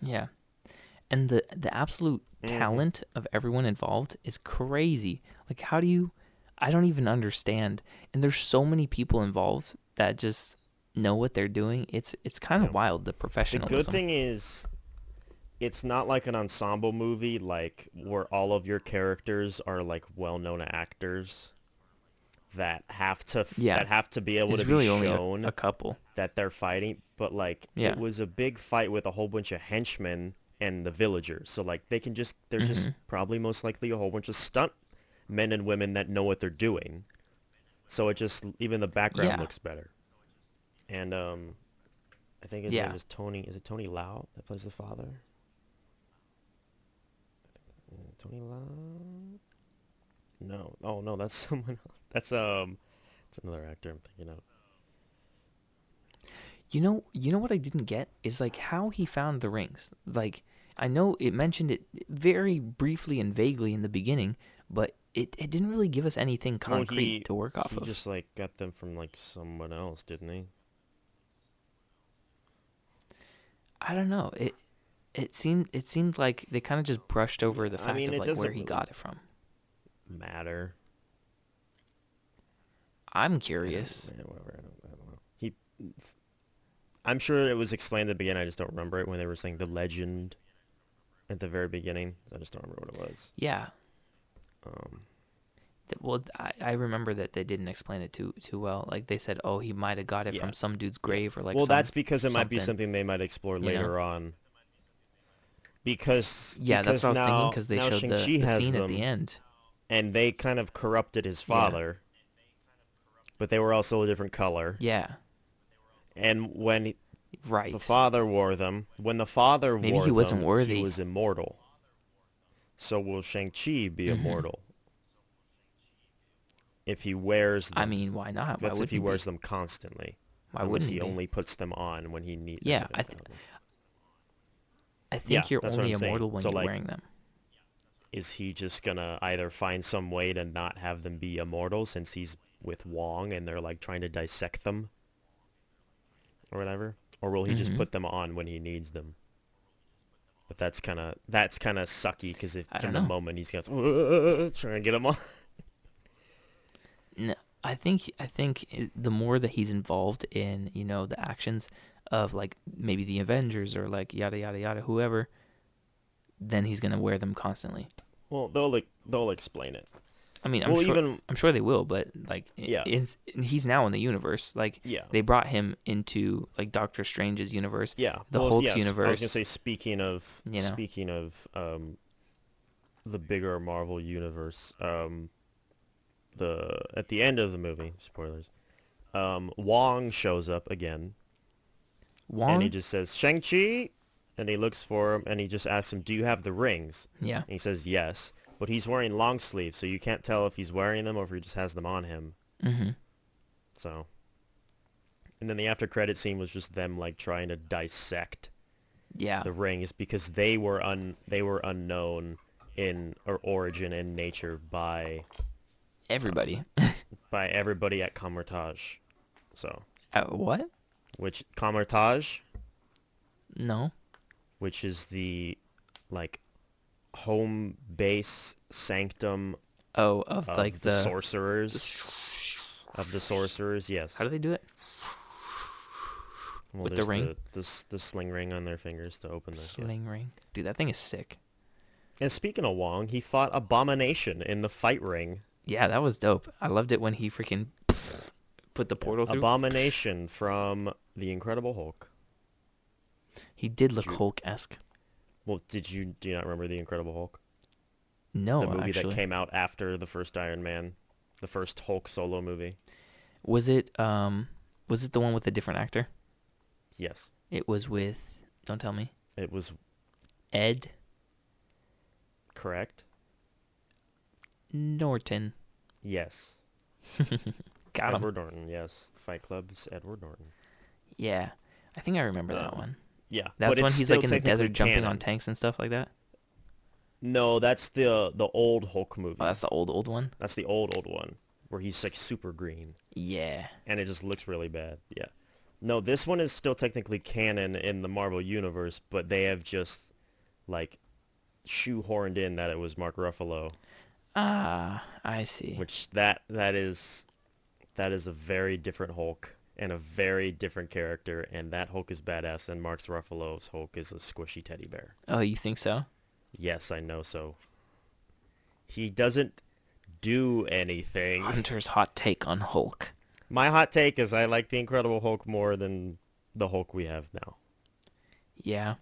[SPEAKER 2] Yeah. And the the absolute
[SPEAKER 1] Mm-hmm.
[SPEAKER 2] talent of everyone involved is crazy. Like how do you I don't even understand. And there's so many people involved that just know what they're doing. It's it's kind of wild
[SPEAKER 1] The
[SPEAKER 2] the professionalism.
[SPEAKER 1] good thing is, it's not like an ensemble movie, like where all of your characters are like well-known actors that have to f-
[SPEAKER 2] Yeah.
[SPEAKER 1] that have to be able
[SPEAKER 2] is
[SPEAKER 1] to
[SPEAKER 2] really
[SPEAKER 1] be
[SPEAKER 2] only a-
[SPEAKER 1] shown
[SPEAKER 2] a, couple.
[SPEAKER 1] that they're fighting. But like,
[SPEAKER 2] Yeah.
[SPEAKER 1] it was a big fight with a whole bunch of henchmen and the villagers. So like, they can just they're just
[SPEAKER 2] Mm-hmm.
[SPEAKER 1] probably most likely a whole bunch of stunt men and women that know what they're doing. So it just even the background
[SPEAKER 2] Yeah.
[SPEAKER 1] looks better. And um, I think his
[SPEAKER 2] Yeah.
[SPEAKER 1] name is Tony. Is it Tony Lau that plays the father? Mm, Tony Lau? No. Oh no, that's someone else. That's um, that's another actor I'm thinking of.
[SPEAKER 2] You know, you know what I didn't get is like how he found the rings. Like I know it mentioned it very briefly and vaguely in the beginning, but it, it didn't really give us anything
[SPEAKER 1] Well,
[SPEAKER 2] concrete
[SPEAKER 1] he-
[SPEAKER 2] to work off
[SPEAKER 1] he
[SPEAKER 2] of.
[SPEAKER 1] just like got them from like someone else, didn't he?
[SPEAKER 2] I don't know. It it seemed it seemed like they kind of just brushed over the
[SPEAKER 1] I
[SPEAKER 2] fact
[SPEAKER 1] mean, it
[SPEAKER 2] of like where
[SPEAKER 1] doesn't
[SPEAKER 2] he
[SPEAKER 1] really-
[SPEAKER 2] got it from.
[SPEAKER 1] Matter.
[SPEAKER 2] I'm
[SPEAKER 1] I don't-
[SPEAKER 2] curious.
[SPEAKER 1] yeah, whatever. I don't, I don't know. He. I'm sure it was explained at the beginning. I just don't remember it when they were saying the legend at the very beginning. I just don't remember what it was.
[SPEAKER 2] Yeah.
[SPEAKER 1] Um,
[SPEAKER 2] Th- Well, th- I, I remember that they didn't explain it too too well. Like they said, oh, he might have got it
[SPEAKER 1] Yeah.
[SPEAKER 2] from some dude's grave or like.
[SPEAKER 1] well,
[SPEAKER 2] some-
[SPEAKER 1] that's because it might be
[SPEAKER 2] something,
[SPEAKER 1] something they might explore
[SPEAKER 2] you know?
[SPEAKER 1] later on. Because
[SPEAKER 2] Yeah,
[SPEAKER 1] because
[SPEAKER 2] that's what I was
[SPEAKER 1] now,
[SPEAKER 2] thinking because they
[SPEAKER 1] now
[SPEAKER 2] showed the,
[SPEAKER 1] Shang-Chi
[SPEAKER 2] the
[SPEAKER 1] has
[SPEAKER 2] scene
[SPEAKER 1] them,
[SPEAKER 2] at the end.
[SPEAKER 1] and they kind of corrupted his father. But they were also a different color.
[SPEAKER 2] Yeah.
[SPEAKER 1] And when he-
[SPEAKER 2] Right.
[SPEAKER 1] the father wore them, when the father
[SPEAKER 2] Maybe
[SPEAKER 1] wore
[SPEAKER 2] he wasn't
[SPEAKER 1] them,
[SPEAKER 2] worthy.
[SPEAKER 1] he was immortal. So will Shang-Chi be
[SPEAKER 2] Mm-hmm.
[SPEAKER 1] immortal? If he wears them.
[SPEAKER 2] I mean, why not? Why
[SPEAKER 1] That's
[SPEAKER 2] would
[SPEAKER 1] if he wears them constantly.
[SPEAKER 2] Why
[SPEAKER 1] unless
[SPEAKER 2] wouldn't
[SPEAKER 1] he
[SPEAKER 2] he be?
[SPEAKER 1] only puts them on when he needs
[SPEAKER 2] Yeah,
[SPEAKER 1] them.
[SPEAKER 2] I th- I think
[SPEAKER 1] Yeah,
[SPEAKER 2] you're
[SPEAKER 1] that's what
[SPEAKER 2] only
[SPEAKER 1] I'm saying.
[SPEAKER 2] immortal when
[SPEAKER 1] So,
[SPEAKER 2] you're
[SPEAKER 1] like-
[SPEAKER 2] wearing them.
[SPEAKER 1] Is he just gonna either find some way to not have them be immortal since he's with Wong and they're like trying to dissect them or whatever? Or will he
[SPEAKER 2] Mm-hmm.
[SPEAKER 1] just put them on when he needs them? But that's kind of that's kind of sucky because if
[SPEAKER 2] I
[SPEAKER 1] in
[SPEAKER 2] don't
[SPEAKER 1] the
[SPEAKER 2] know.
[SPEAKER 1] moment he's gonna "Uh, trying to get them on,
[SPEAKER 2] No, I think I think i- the more that he's involved in you know the actions of like maybe the Avengers or like yada yada yada whoever, then he's gonna wear them constantly.
[SPEAKER 1] well they'll like they'll explain it.
[SPEAKER 2] I mean, I'm
[SPEAKER 1] Well,
[SPEAKER 2] sure
[SPEAKER 1] even-
[SPEAKER 2] I'm sure they will, but like i-
[SPEAKER 1] Yeah.
[SPEAKER 2] it's, he's now in the universe. Like
[SPEAKER 1] Yeah.
[SPEAKER 2] they brought him into like Doctor Strange's universe.
[SPEAKER 1] Yeah,
[SPEAKER 2] the
[SPEAKER 1] well,
[SPEAKER 2] Hulk's
[SPEAKER 1] yes,
[SPEAKER 2] universe.
[SPEAKER 1] I was gonna say speaking of
[SPEAKER 2] You know?
[SPEAKER 1] speaking of um, the bigger Marvel universe, um, the at the end of the movie spoilers, um, Wong shows up again
[SPEAKER 2] Wong.
[SPEAKER 1] and he just says Shang Chi, and he looks for him and he just asks him, "Do you have the rings?"
[SPEAKER 2] yeah.
[SPEAKER 1] And he says yes, but he's wearing long sleeves, so you can't tell if he's wearing them or if he just has them on him.
[SPEAKER 2] Mm-hmm.
[SPEAKER 1] So, and then the after credit scene was just them like trying to dissect
[SPEAKER 2] Yeah.
[SPEAKER 1] the rings because they were un they were unknown in or origin and nature by
[SPEAKER 2] Everybody.
[SPEAKER 1] by everybody at Comertage. So,
[SPEAKER 2] Uh, what?
[SPEAKER 1] which Comertage,
[SPEAKER 2] No.
[SPEAKER 1] which is the like home base sanctum
[SPEAKER 2] Oh, of
[SPEAKER 1] of
[SPEAKER 2] like
[SPEAKER 1] the,
[SPEAKER 2] the.
[SPEAKER 1] sorcerers of the sorcerers, yes.
[SPEAKER 2] How do they do it?
[SPEAKER 1] well,
[SPEAKER 2] with the
[SPEAKER 1] there's
[SPEAKER 2] ring?
[SPEAKER 1] The, the s- the sling ring on their fingers to open this. yeah.
[SPEAKER 2] Sling ring. Dude, that thing is sick.
[SPEAKER 1] And speaking of Wong, he fought Abomination in the fight ring.
[SPEAKER 2] Yeah, that was dope. I loved it when he freaking put the portal through.
[SPEAKER 1] Abomination from the Incredible Hulk.
[SPEAKER 2] he did look
[SPEAKER 1] you-
[SPEAKER 2] Hulk esque.
[SPEAKER 1] Well, did you do you not remember the Incredible Hulk?
[SPEAKER 2] No,
[SPEAKER 1] the movie
[SPEAKER 2] Oh, actually,
[SPEAKER 1] that came out after the first Iron Man, the first Hulk solo movie.
[SPEAKER 2] was it um was it the one with a different actor?
[SPEAKER 1] Yes,
[SPEAKER 2] It was with don't tell me
[SPEAKER 1] it was
[SPEAKER 2] Ed
[SPEAKER 1] correct.
[SPEAKER 2] Norton.
[SPEAKER 1] Yes,
[SPEAKER 2] Got him.
[SPEAKER 1] Edward Norton. Yes, Fight Club's Edward Norton.
[SPEAKER 2] Yeah, I think I remember that
[SPEAKER 1] Um,
[SPEAKER 2] one.
[SPEAKER 1] Yeah,
[SPEAKER 2] That's
[SPEAKER 1] but
[SPEAKER 2] when
[SPEAKER 1] it's
[SPEAKER 2] he's
[SPEAKER 1] still
[SPEAKER 2] like in the
[SPEAKER 1] technically
[SPEAKER 2] desert jumping on
[SPEAKER 1] canon.
[SPEAKER 2] tanks and stuff like that.
[SPEAKER 1] No, that's the the old Hulk movie.
[SPEAKER 2] Oh, that's the old old one.
[SPEAKER 1] that's the old old one where he's like super green.
[SPEAKER 2] Yeah.
[SPEAKER 1] and it just looks really bad. Yeah. No, this one is still technically canon in the Marvel universe, but they have just like shoehorned in that it was Mark Ruffalo,
[SPEAKER 2] Ah, I see.
[SPEAKER 1] which that that is that is a very different Hulk and a very different character, and that Hulk is badass, and Mark Ruffalo's Hulk is a squishy teddy bear.
[SPEAKER 2] Oh, you think so?
[SPEAKER 1] Yes, I know so. He doesn't do anything.
[SPEAKER 2] Hunter's hot take on Hulk.
[SPEAKER 1] My hot take is I like the Incredible Hulk more than the Hulk we have now.
[SPEAKER 2] Yeah.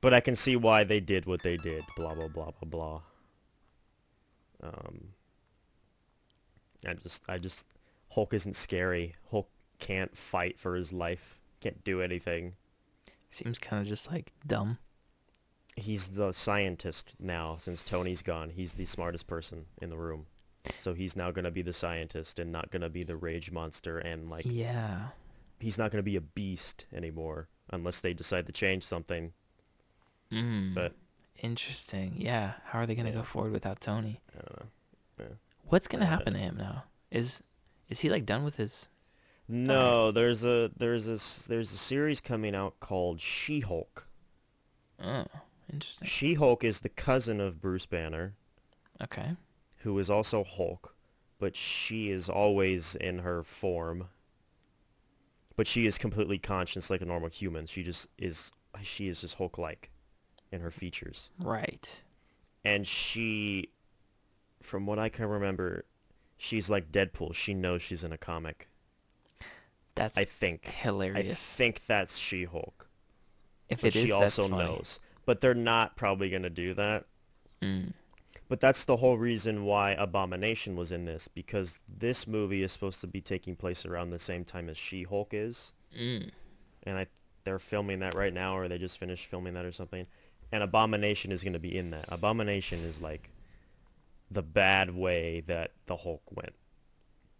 [SPEAKER 1] But I can see why they did what they did. Blah blah blah blah blah. Um, I just I just Hulk isn't scary. Hulk can't fight for his life. Can't do anything.
[SPEAKER 2] Seems kind of just like dumb.
[SPEAKER 1] He's the scientist now since Tony's gone. He's the smartest person in the room. So he's now gonna be the scientist and not gonna be the rage monster and like
[SPEAKER 2] Yeah.
[SPEAKER 1] he's not gonna be a beast anymore unless they decide to change something.
[SPEAKER 2] Mm.
[SPEAKER 1] But
[SPEAKER 2] Interesting. Yeah. How are they gonna
[SPEAKER 1] Yeah.
[SPEAKER 2] go forward without Tony?
[SPEAKER 1] I don't know.
[SPEAKER 2] What's gonna
[SPEAKER 1] Yeah.
[SPEAKER 2] happen to him now? Is is he like done with his?
[SPEAKER 1] No, there's a there's a s- there's a series coming out called She-Hulk.
[SPEAKER 2] Oh, interesting.
[SPEAKER 1] She-Hulk is the cousin of Bruce Banner,
[SPEAKER 2] Okay.
[SPEAKER 1] who is also Hulk, but she is always in her form. But she is completely conscious like a normal human. She just is she is just Hulk-like in her features.
[SPEAKER 2] Right.
[SPEAKER 1] And she from what I can remember, she's like Deadpool. She knows she's in a comic.
[SPEAKER 2] That's
[SPEAKER 1] I think. I
[SPEAKER 2] hilarious.
[SPEAKER 1] think that's She-Hulk.
[SPEAKER 2] if
[SPEAKER 1] but
[SPEAKER 2] it is,
[SPEAKER 1] she
[SPEAKER 2] that's
[SPEAKER 1] also
[SPEAKER 2] funny.
[SPEAKER 1] knows. But they're not probably going to do that.
[SPEAKER 2] Mm.
[SPEAKER 1] But that's the whole reason why Abomination was in this because this movie is supposed to be taking place around the same time as She-Hulk is.
[SPEAKER 2] Mm.
[SPEAKER 1] And I they're filming that right now or they just finished filming that or something. And Abomination is going to be in that. Abomination is like the bad way that the Hulk went.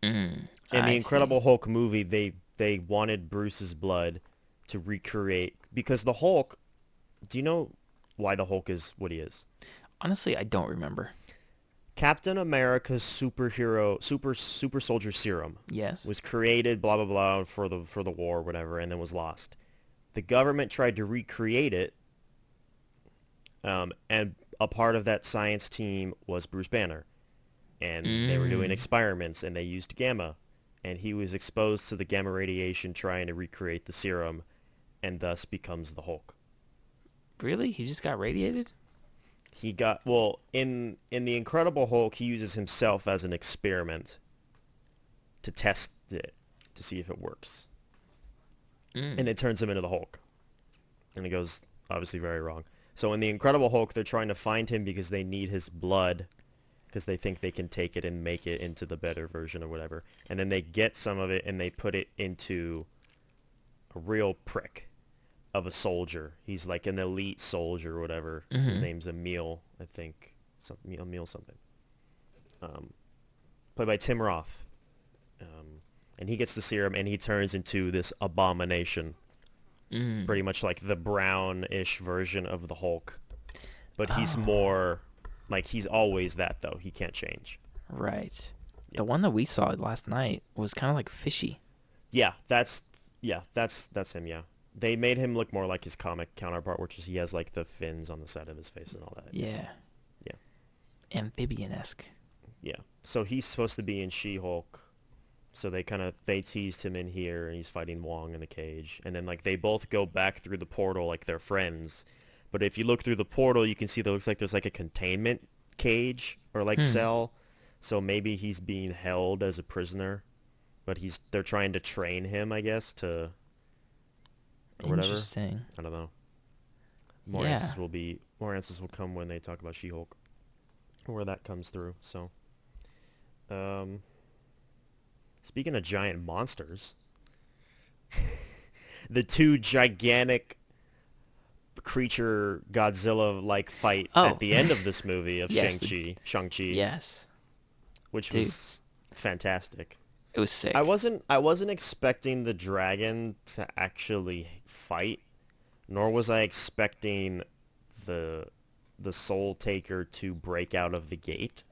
[SPEAKER 2] Mm.
[SPEAKER 1] In
[SPEAKER 2] I
[SPEAKER 1] the
[SPEAKER 2] see.
[SPEAKER 1] Incredible Hulk movie, they they wanted Bruce's blood to recreate because the Hulk. Do you know why the Hulk is what he is?
[SPEAKER 2] Honestly, I don't remember.
[SPEAKER 1] Captain America's superhero super super soldier serum
[SPEAKER 2] Yes.
[SPEAKER 1] was created blah blah blah for the for the war or whatever and then was lost. The government tried to recreate it um, and a part of that science team was Bruce Banner. And they were doing experiments and they used gamma and he was exposed to the gamma radiation trying to recreate the serum and thus becomes the Hulk.
[SPEAKER 2] really? He just got radiated?
[SPEAKER 1] He got well in in the Incredible Hulk. He uses himself as an experiment to test it to see if it works, and it turns him into the Hulk, and it goes obviously very wrong. So in the Incredible Hulk, they're trying to find him because they need his blood because they think they can take it and make it into the better version or whatever. And then they get some of it and they put it into a real prick of a soldier. He's like an elite soldier or whatever. His name's Emil, I think. Some, Emil something. Um, played by Tim Roth. Um, and he gets the serum and he turns into this abomination. Pretty much like the brownish version of the Hulk. But he's more like he's always that though. He can't change.
[SPEAKER 2] Right. The one that we saw last night was kind of like fishy.
[SPEAKER 1] Yeah, that's yeah, that's that's him, yeah. They made him look more like his comic counterpart, which is he has like the fins on the side of his face and all that.
[SPEAKER 2] Yeah.
[SPEAKER 1] Yeah.
[SPEAKER 2] Amphibian esque.
[SPEAKER 1] Yeah. So he's supposed to be in She-Hulk. So they kind of they teased him in here, and he's fighting Wong in the cage, and then like they both go back through the portal like they're friends. But if you look through the portal, you can see that it looks like there's like a containment cage or like cell. So maybe he's being held as a prisoner, but he's they're trying to train him, I guess, to or whatever.
[SPEAKER 2] Interesting.
[SPEAKER 1] I don't know. More
[SPEAKER 2] Yeah.
[SPEAKER 1] answers will be more answers will come when they talk about She-Hulk, where that comes through. So, um, speaking of giant monsters, the two gigantic creature Godzilla-like fight
[SPEAKER 2] Oh.
[SPEAKER 1] at the end of this movie of
[SPEAKER 2] Yes, the-
[SPEAKER 1] Shang-Chi, Shang-Chi,
[SPEAKER 2] Yes.
[SPEAKER 1] which
[SPEAKER 2] dude.
[SPEAKER 1] was fantastic.
[SPEAKER 2] It was sick.
[SPEAKER 1] I wasn't I wasn't expecting the dragon to actually fight, nor was I expecting the the soul taker to break out of the gate.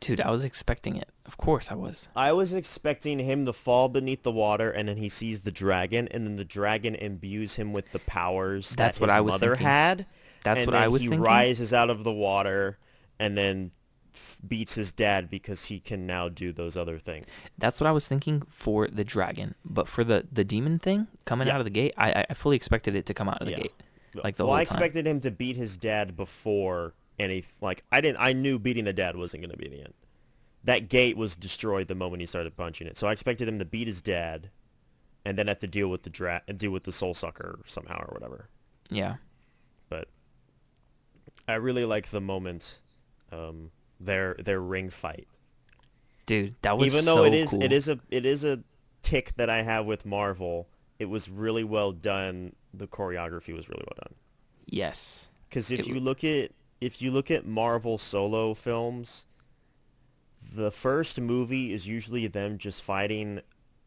[SPEAKER 2] Dude, I was expecting it. Of course I was.
[SPEAKER 1] I was expecting him to fall beneath the water and then he sees the dragon and then the dragon imbues him with the powers
[SPEAKER 2] That's
[SPEAKER 1] that
[SPEAKER 2] what
[SPEAKER 1] his
[SPEAKER 2] I was
[SPEAKER 1] mother
[SPEAKER 2] thinking.
[SPEAKER 1] had.
[SPEAKER 2] That's
[SPEAKER 1] and
[SPEAKER 2] what
[SPEAKER 1] then
[SPEAKER 2] I was
[SPEAKER 1] he
[SPEAKER 2] thinking.
[SPEAKER 1] rises out of the water and then f- beats his dad because he can now do those other things.
[SPEAKER 2] That's what I was thinking for the dragon. But for the, the demon thing coming
[SPEAKER 1] Yeah.
[SPEAKER 2] out of the gate, I, I- I fully expected it to come out of the
[SPEAKER 1] Yeah.
[SPEAKER 2] gate. Like the
[SPEAKER 1] well,
[SPEAKER 2] whole
[SPEAKER 1] I
[SPEAKER 2] time.
[SPEAKER 1] expected him to beat his dad before any like I didn't I knew beating the dad wasn't going to be the end. That gate was destroyed the moment he started punching it. So I expected him to beat his dad and then have to deal with the dra- deal with the soul sucker somehow or whatever.
[SPEAKER 2] yeah.
[SPEAKER 1] But I really like the moment um their their ring fight.
[SPEAKER 2] Dude, that was
[SPEAKER 1] Even though
[SPEAKER 2] so
[SPEAKER 1] it is
[SPEAKER 2] cool.
[SPEAKER 1] it is a it is a tick that I have with Marvel, it was really well done. The choreography was really well done.
[SPEAKER 2] Yes.
[SPEAKER 1] Because if
[SPEAKER 2] It
[SPEAKER 1] you
[SPEAKER 2] w-
[SPEAKER 1] look at if you look at Marvel solo films, the first movie is usually them just fighting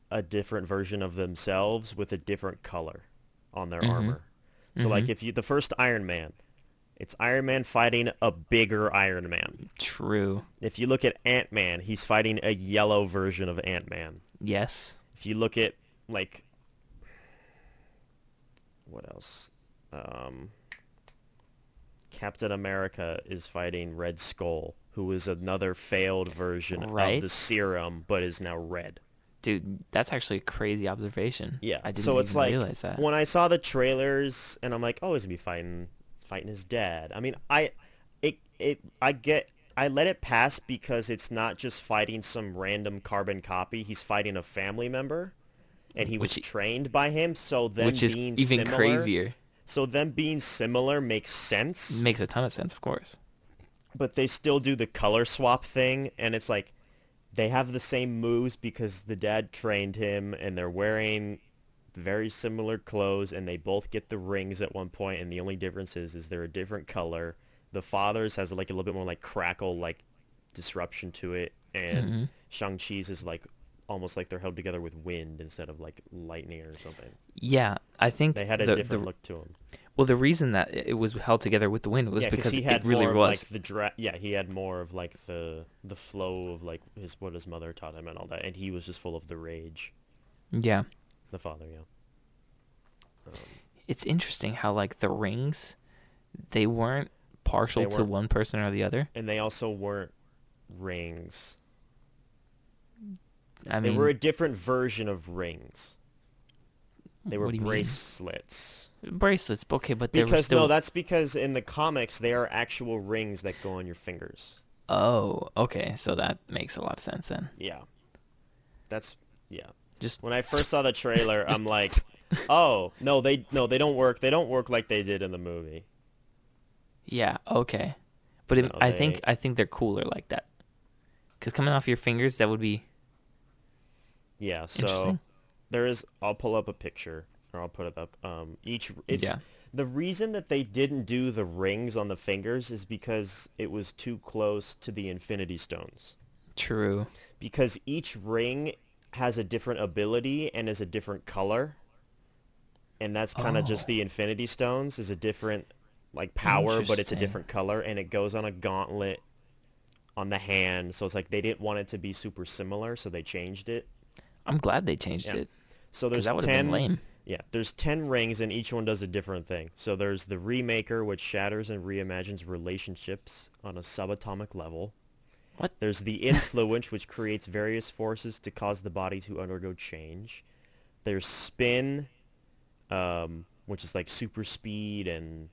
[SPEAKER 1] a different version of themselves with a different color on their armor. So like if you the first Iron Man, it's Iron Man fighting a bigger Iron Man.
[SPEAKER 2] True.
[SPEAKER 1] If you look at Ant Man, he's fighting a yellow version of Ant Man
[SPEAKER 2] Yes.
[SPEAKER 1] if you look at like what else um captain america is fighting red skull who is another failed version of
[SPEAKER 2] Right.
[SPEAKER 1] the serum but is now red
[SPEAKER 2] Dude, that's actually a crazy observation.
[SPEAKER 1] yeah
[SPEAKER 2] I didn't
[SPEAKER 1] so it's
[SPEAKER 2] even
[SPEAKER 1] like
[SPEAKER 2] realize that.
[SPEAKER 1] when i saw the trailers and i'm like oh he's gonna be fighting fighting his dad i mean i it it i get I let it pass because it's not just fighting some random carbon copy. He's fighting a family member, and he was
[SPEAKER 2] Which-
[SPEAKER 1] trained by him. So then,
[SPEAKER 2] Which is
[SPEAKER 1] being
[SPEAKER 2] even
[SPEAKER 1] similar,
[SPEAKER 2] crazier.
[SPEAKER 1] So them being similar makes sense.
[SPEAKER 2] Makes a ton of sense, of course.
[SPEAKER 1] but they still do the color swap thing, and it's like they have the same moves because the dad trained him, and they're wearing very similar clothes, and they both get the rings at one point, and the only difference is is they're a different color. The father's has like a little bit more like crackle like disruption to it, and
[SPEAKER 2] Mm-hmm.
[SPEAKER 1] Shang Chi's is like almost like they're held together with wind instead of like lightning or something.
[SPEAKER 2] Yeah, I think
[SPEAKER 1] They had a
[SPEAKER 2] the, the-
[SPEAKER 1] different look to them.
[SPEAKER 2] Well, the reason that it was held together with the wind was
[SPEAKER 1] yeah,
[SPEAKER 2] because
[SPEAKER 1] he had
[SPEAKER 2] it really
[SPEAKER 1] more Of,
[SPEAKER 2] was.
[SPEAKER 1] like the dra- yeah, he had more of like the the flow of like his what his mother taught him and all that, and he was just full of the rage.
[SPEAKER 2] Yeah,
[SPEAKER 1] The father, yeah,
[SPEAKER 2] it's interesting how like the rings, they weren't partial
[SPEAKER 1] They
[SPEAKER 2] to
[SPEAKER 1] weren't-
[SPEAKER 2] one person or the other.
[SPEAKER 1] and they also weren't rings.
[SPEAKER 2] I
[SPEAKER 1] They
[SPEAKER 2] mean,
[SPEAKER 1] were a different version of rings. They were
[SPEAKER 2] What do you mean?
[SPEAKER 1] bracelets.
[SPEAKER 2] bracelets. Okay, but they were
[SPEAKER 1] Because
[SPEAKER 2] still.
[SPEAKER 1] no, that's because in the comics they are actual rings that go on your fingers.
[SPEAKER 2] Oh, okay. So that makes a lot of sense then.
[SPEAKER 1] Yeah, that's yeah.
[SPEAKER 2] Just
[SPEAKER 1] When I first saw the trailer, I'm like, "Oh no, they no, they don't work. They don't work like they did in the movie."
[SPEAKER 2] yeah, okay. But it,
[SPEAKER 1] No,
[SPEAKER 2] I think
[SPEAKER 1] they-
[SPEAKER 2] I think they're cooler like that. Cuz coming off your fingers that would be
[SPEAKER 1] Yeah,
[SPEAKER 2] Interesting.
[SPEAKER 1] so there is. I'll pull up a picture, or I'll put it up. Um, each it's
[SPEAKER 2] Yeah.
[SPEAKER 1] the reason that they didn't do the rings on the fingers is because it was too close to the Infinity Stones.
[SPEAKER 2] true.
[SPEAKER 1] Because each ring has a different ability and is a different color, and that's kind of just the
[SPEAKER 2] Oh.
[SPEAKER 1] Infinity Stones is a different like power, but it's a
[SPEAKER 2] Interesting.
[SPEAKER 1] different color, and it goes on a gauntlet on the hand. So it's like they didn't want it to be super similar, so they changed it.
[SPEAKER 2] I'm glad they changed
[SPEAKER 1] Yeah.
[SPEAKER 2] it.
[SPEAKER 1] So
[SPEAKER 2] 'Cause
[SPEAKER 1] there's
[SPEAKER 2] that would've been
[SPEAKER 1] ten.
[SPEAKER 2] lame.
[SPEAKER 1] Yeah, there's ten rings, and each one does a different thing. So there's the Remaker, which shatters and reimagines relationships on a subatomic level.
[SPEAKER 2] What?
[SPEAKER 1] There's the Influence, which creates various forces to cause the body to undergo change. There's Spin, um, which is like super speed and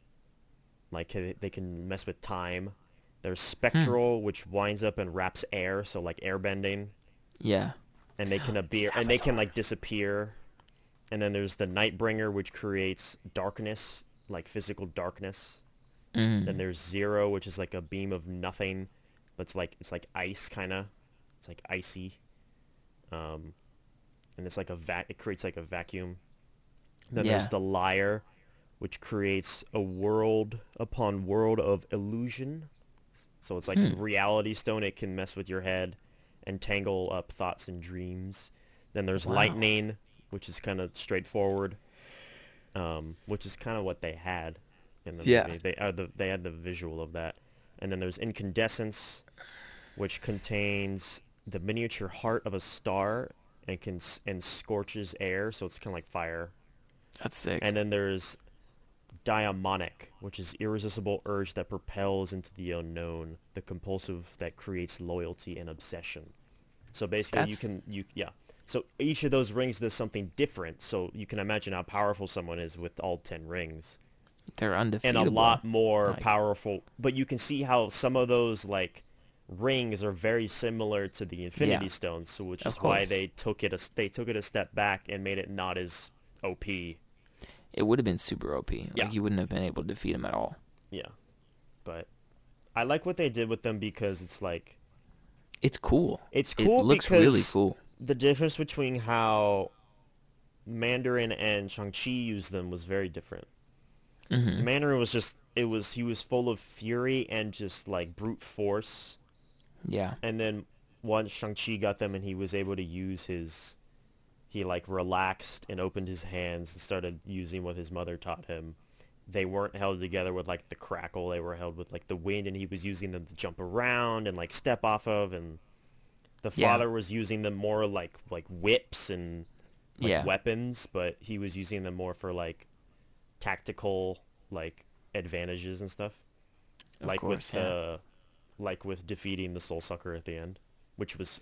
[SPEAKER 1] like they- they can mess with time. There's
[SPEAKER 2] Hmm.
[SPEAKER 1] Spectral, which winds up and wraps air, so like air bending
[SPEAKER 2] Yeah.
[SPEAKER 1] and they can appear and they can like disappear. And then there's the Nightbringer, which creates darkness, like physical darkness.
[SPEAKER 2] Mm-hmm.
[SPEAKER 1] Then there's Zero, which is like a beam of nothing, but it's like it's like ice kind of, it's like icy. Um, and it's like a vac. It creates like a vacuum. Then there's
[SPEAKER 2] Yeah.
[SPEAKER 1] the Liar, which creates a world upon world of illusion. So it's like reality stone. It can mess with your head and tangle up thoughts and dreams. Then there's lightning, which is kind of straightforward, um, which is kind of what they had in the
[SPEAKER 2] Yeah.
[SPEAKER 1] movie. They uh, the, they had the visual of that. And then there's incandescence, which contains the miniature heart of a star and can s- and scorches air, so it's kind of like fire.
[SPEAKER 2] That's sick.
[SPEAKER 1] And then there's diamonic, which is irresistible urge that propels into the unknown, the compulsive that creates loyalty and obsession. So basically, you
[SPEAKER 2] That's-
[SPEAKER 1] can you yeah. So each of those rings does something different. So you can imagine how powerful someone is with all ten rings,
[SPEAKER 2] They're
[SPEAKER 1] and a
[SPEAKER 2] undefeatable.
[SPEAKER 1] lot more
[SPEAKER 2] Like-
[SPEAKER 1] powerful. But you can see how some of those like rings are very similar to the Infinity
[SPEAKER 2] Yeah.
[SPEAKER 1] Stones, so which
[SPEAKER 2] Of
[SPEAKER 1] is why
[SPEAKER 2] course.
[SPEAKER 1] they took it a s- they took it a step back and made it not as OP.
[SPEAKER 2] It would have been super OP.
[SPEAKER 1] Yeah.
[SPEAKER 2] Like you wouldn't have been able to defeat him at all.
[SPEAKER 1] Yeah. But I like what they did with them because it's like
[SPEAKER 2] It's cool.
[SPEAKER 1] It's
[SPEAKER 2] It
[SPEAKER 1] cool
[SPEAKER 2] looks really
[SPEAKER 1] because-
[SPEAKER 2] cool.
[SPEAKER 1] the difference between how Mandarin and Shang-Chi used them was very different.
[SPEAKER 2] Mm-hmm.
[SPEAKER 1] The Mandarin was just it was he was full of fury and just like brute force
[SPEAKER 2] Yeah.
[SPEAKER 1] and then once Shang-Chi got them and he was able to use his he like relaxed and opened his hands and started using what his mother taught him. They weren't held together with like the crackle, they were held with like the wind and he was using them to jump around and like step off of and the
[SPEAKER 2] Yeah.
[SPEAKER 1] father was using them more like like whips and like
[SPEAKER 2] yeah.
[SPEAKER 1] weapons, but he was using them more for like tactical like advantages and stuff. like
[SPEAKER 2] course,
[SPEAKER 1] with
[SPEAKER 2] yeah.
[SPEAKER 1] the like with defeating the soul sucker at the end, which was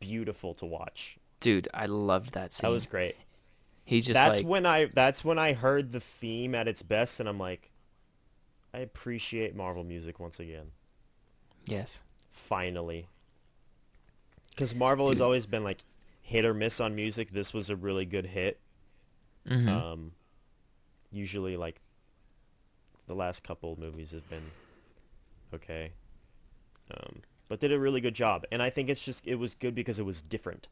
[SPEAKER 1] beautiful to watch.
[SPEAKER 2] Dude, I loved that scene.
[SPEAKER 1] That was great.
[SPEAKER 2] He just
[SPEAKER 1] that's
[SPEAKER 2] like
[SPEAKER 1] when I that's when I heard the theme at its best and I'm like I appreciate Marvel music once again.
[SPEAKER 2] yes.
[SPEAKER 1] Finally. Cuz Marvel has always been like hit or miss on music. This was a really good hit.
[SPEAKER 2] Mhm.
[SPEAKER 1] Um, usually, like the last couple movies have been okay. um, but did a really good job. And I think it's just it was good because it was different.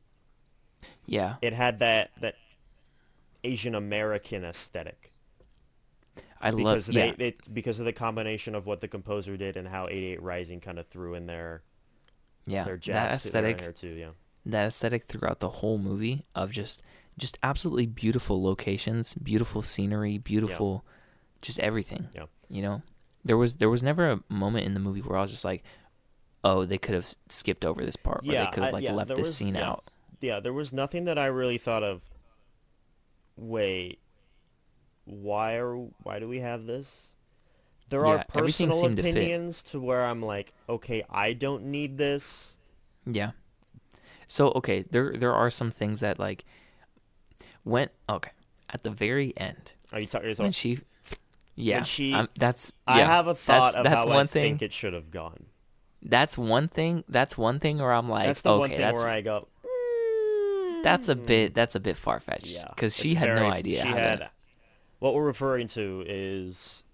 [SPEAKER 2] Yeah,
[SPEAKER 1] It had that that Asian American aesthetic
[SPEAKER 2] I love.
[SPEAKER 1] because
[SPEAKER 2] Yeah,
[SPEAKER 1] they it, because of the combination of what the composer did and how 88 Rising kind of threw in their
[SPEAKER 2] yeah.
[SPEAKER 1] their
[SPEAKER 2] that
[SPEAKER 1] jazz
[SPEAKER 2] aesthetic,
[SPEAKER 1] there too. Yeah,
[SPEAKER 2] that aesthetic throughout the whole movie of just just absolutely beautiful locations, beautiful scenery, beautiful, just everything.
[SPEAKER 1] yeah.
[SPEAKER 2] You know, there was there was never a moment in the movie where I was just like, oh, they could have skipped over this part, or they could
[SPEAKER 1] I-
[SPEAKER 2] have like
[SPEAKER 1] yeah,
[SPEAKER 2] left
[SPEAKER 1] there
[SPEAKER 2] this
[SPEAKER 1] was-
[SPEAKER 2] scene
[SPEAKER 1] yeah,
[SPEAKER 2] out.
[SPEAKER 1] Yeah, there was nothing that I really thought of. Wait, why are why do we have this? There are
[SPEAKER 2] Yeah, everything
[SPEAKER 1] personal
[SPEAKER 2] seemed to fit.
[SPEAKER 1] opinions to, where I'm like, okay, I don't need this.
[SPEAKER 2] Yeah. So okay, there there are some things that like went okay at the very end
[SPEAKER 1] Are you talking?
[SPEAKER 2] when she. Yeah,
[SPEAKER 1] she-
[SPEAKER 2] I'm- that's.
[SPEAKER 1] I
[SPEAKER 2] yeah,
[SPEAKER 1] have a thought
[SPEAKER 2] that's,
[SPEAKER 1] of
[SPEAKER 2] that's
[SPEAKER 1] how
[SPEAKER 2] one
[SPEAKER 1] I
[SPEAKER 2] thing.
[SPEAKER 1] think it should have gone.
[SPEAKER 2] that's one thing. That's one thing where I'm like,
[SPEAKER 1] That's the
[SPEAKER 2] okay,
[SPEAKER 1] one thing
[SPEAKER 2] that's
[SPEAKER 1] where I go. mm,
[SPEAKER 2] that's a bit that's a bit far fetched
[SPEAKER 1] Yeah,
[SPEAKER 2] because she
[SPEAKER 1] it's
[SPEAKER 2] had
[SPEAKER 1] very-
[SPEAKER 2] no idea.
[SPEAKER 1] She
[SPEAKER 2] how to-
[SPEAKER 1] had. What we're referring to is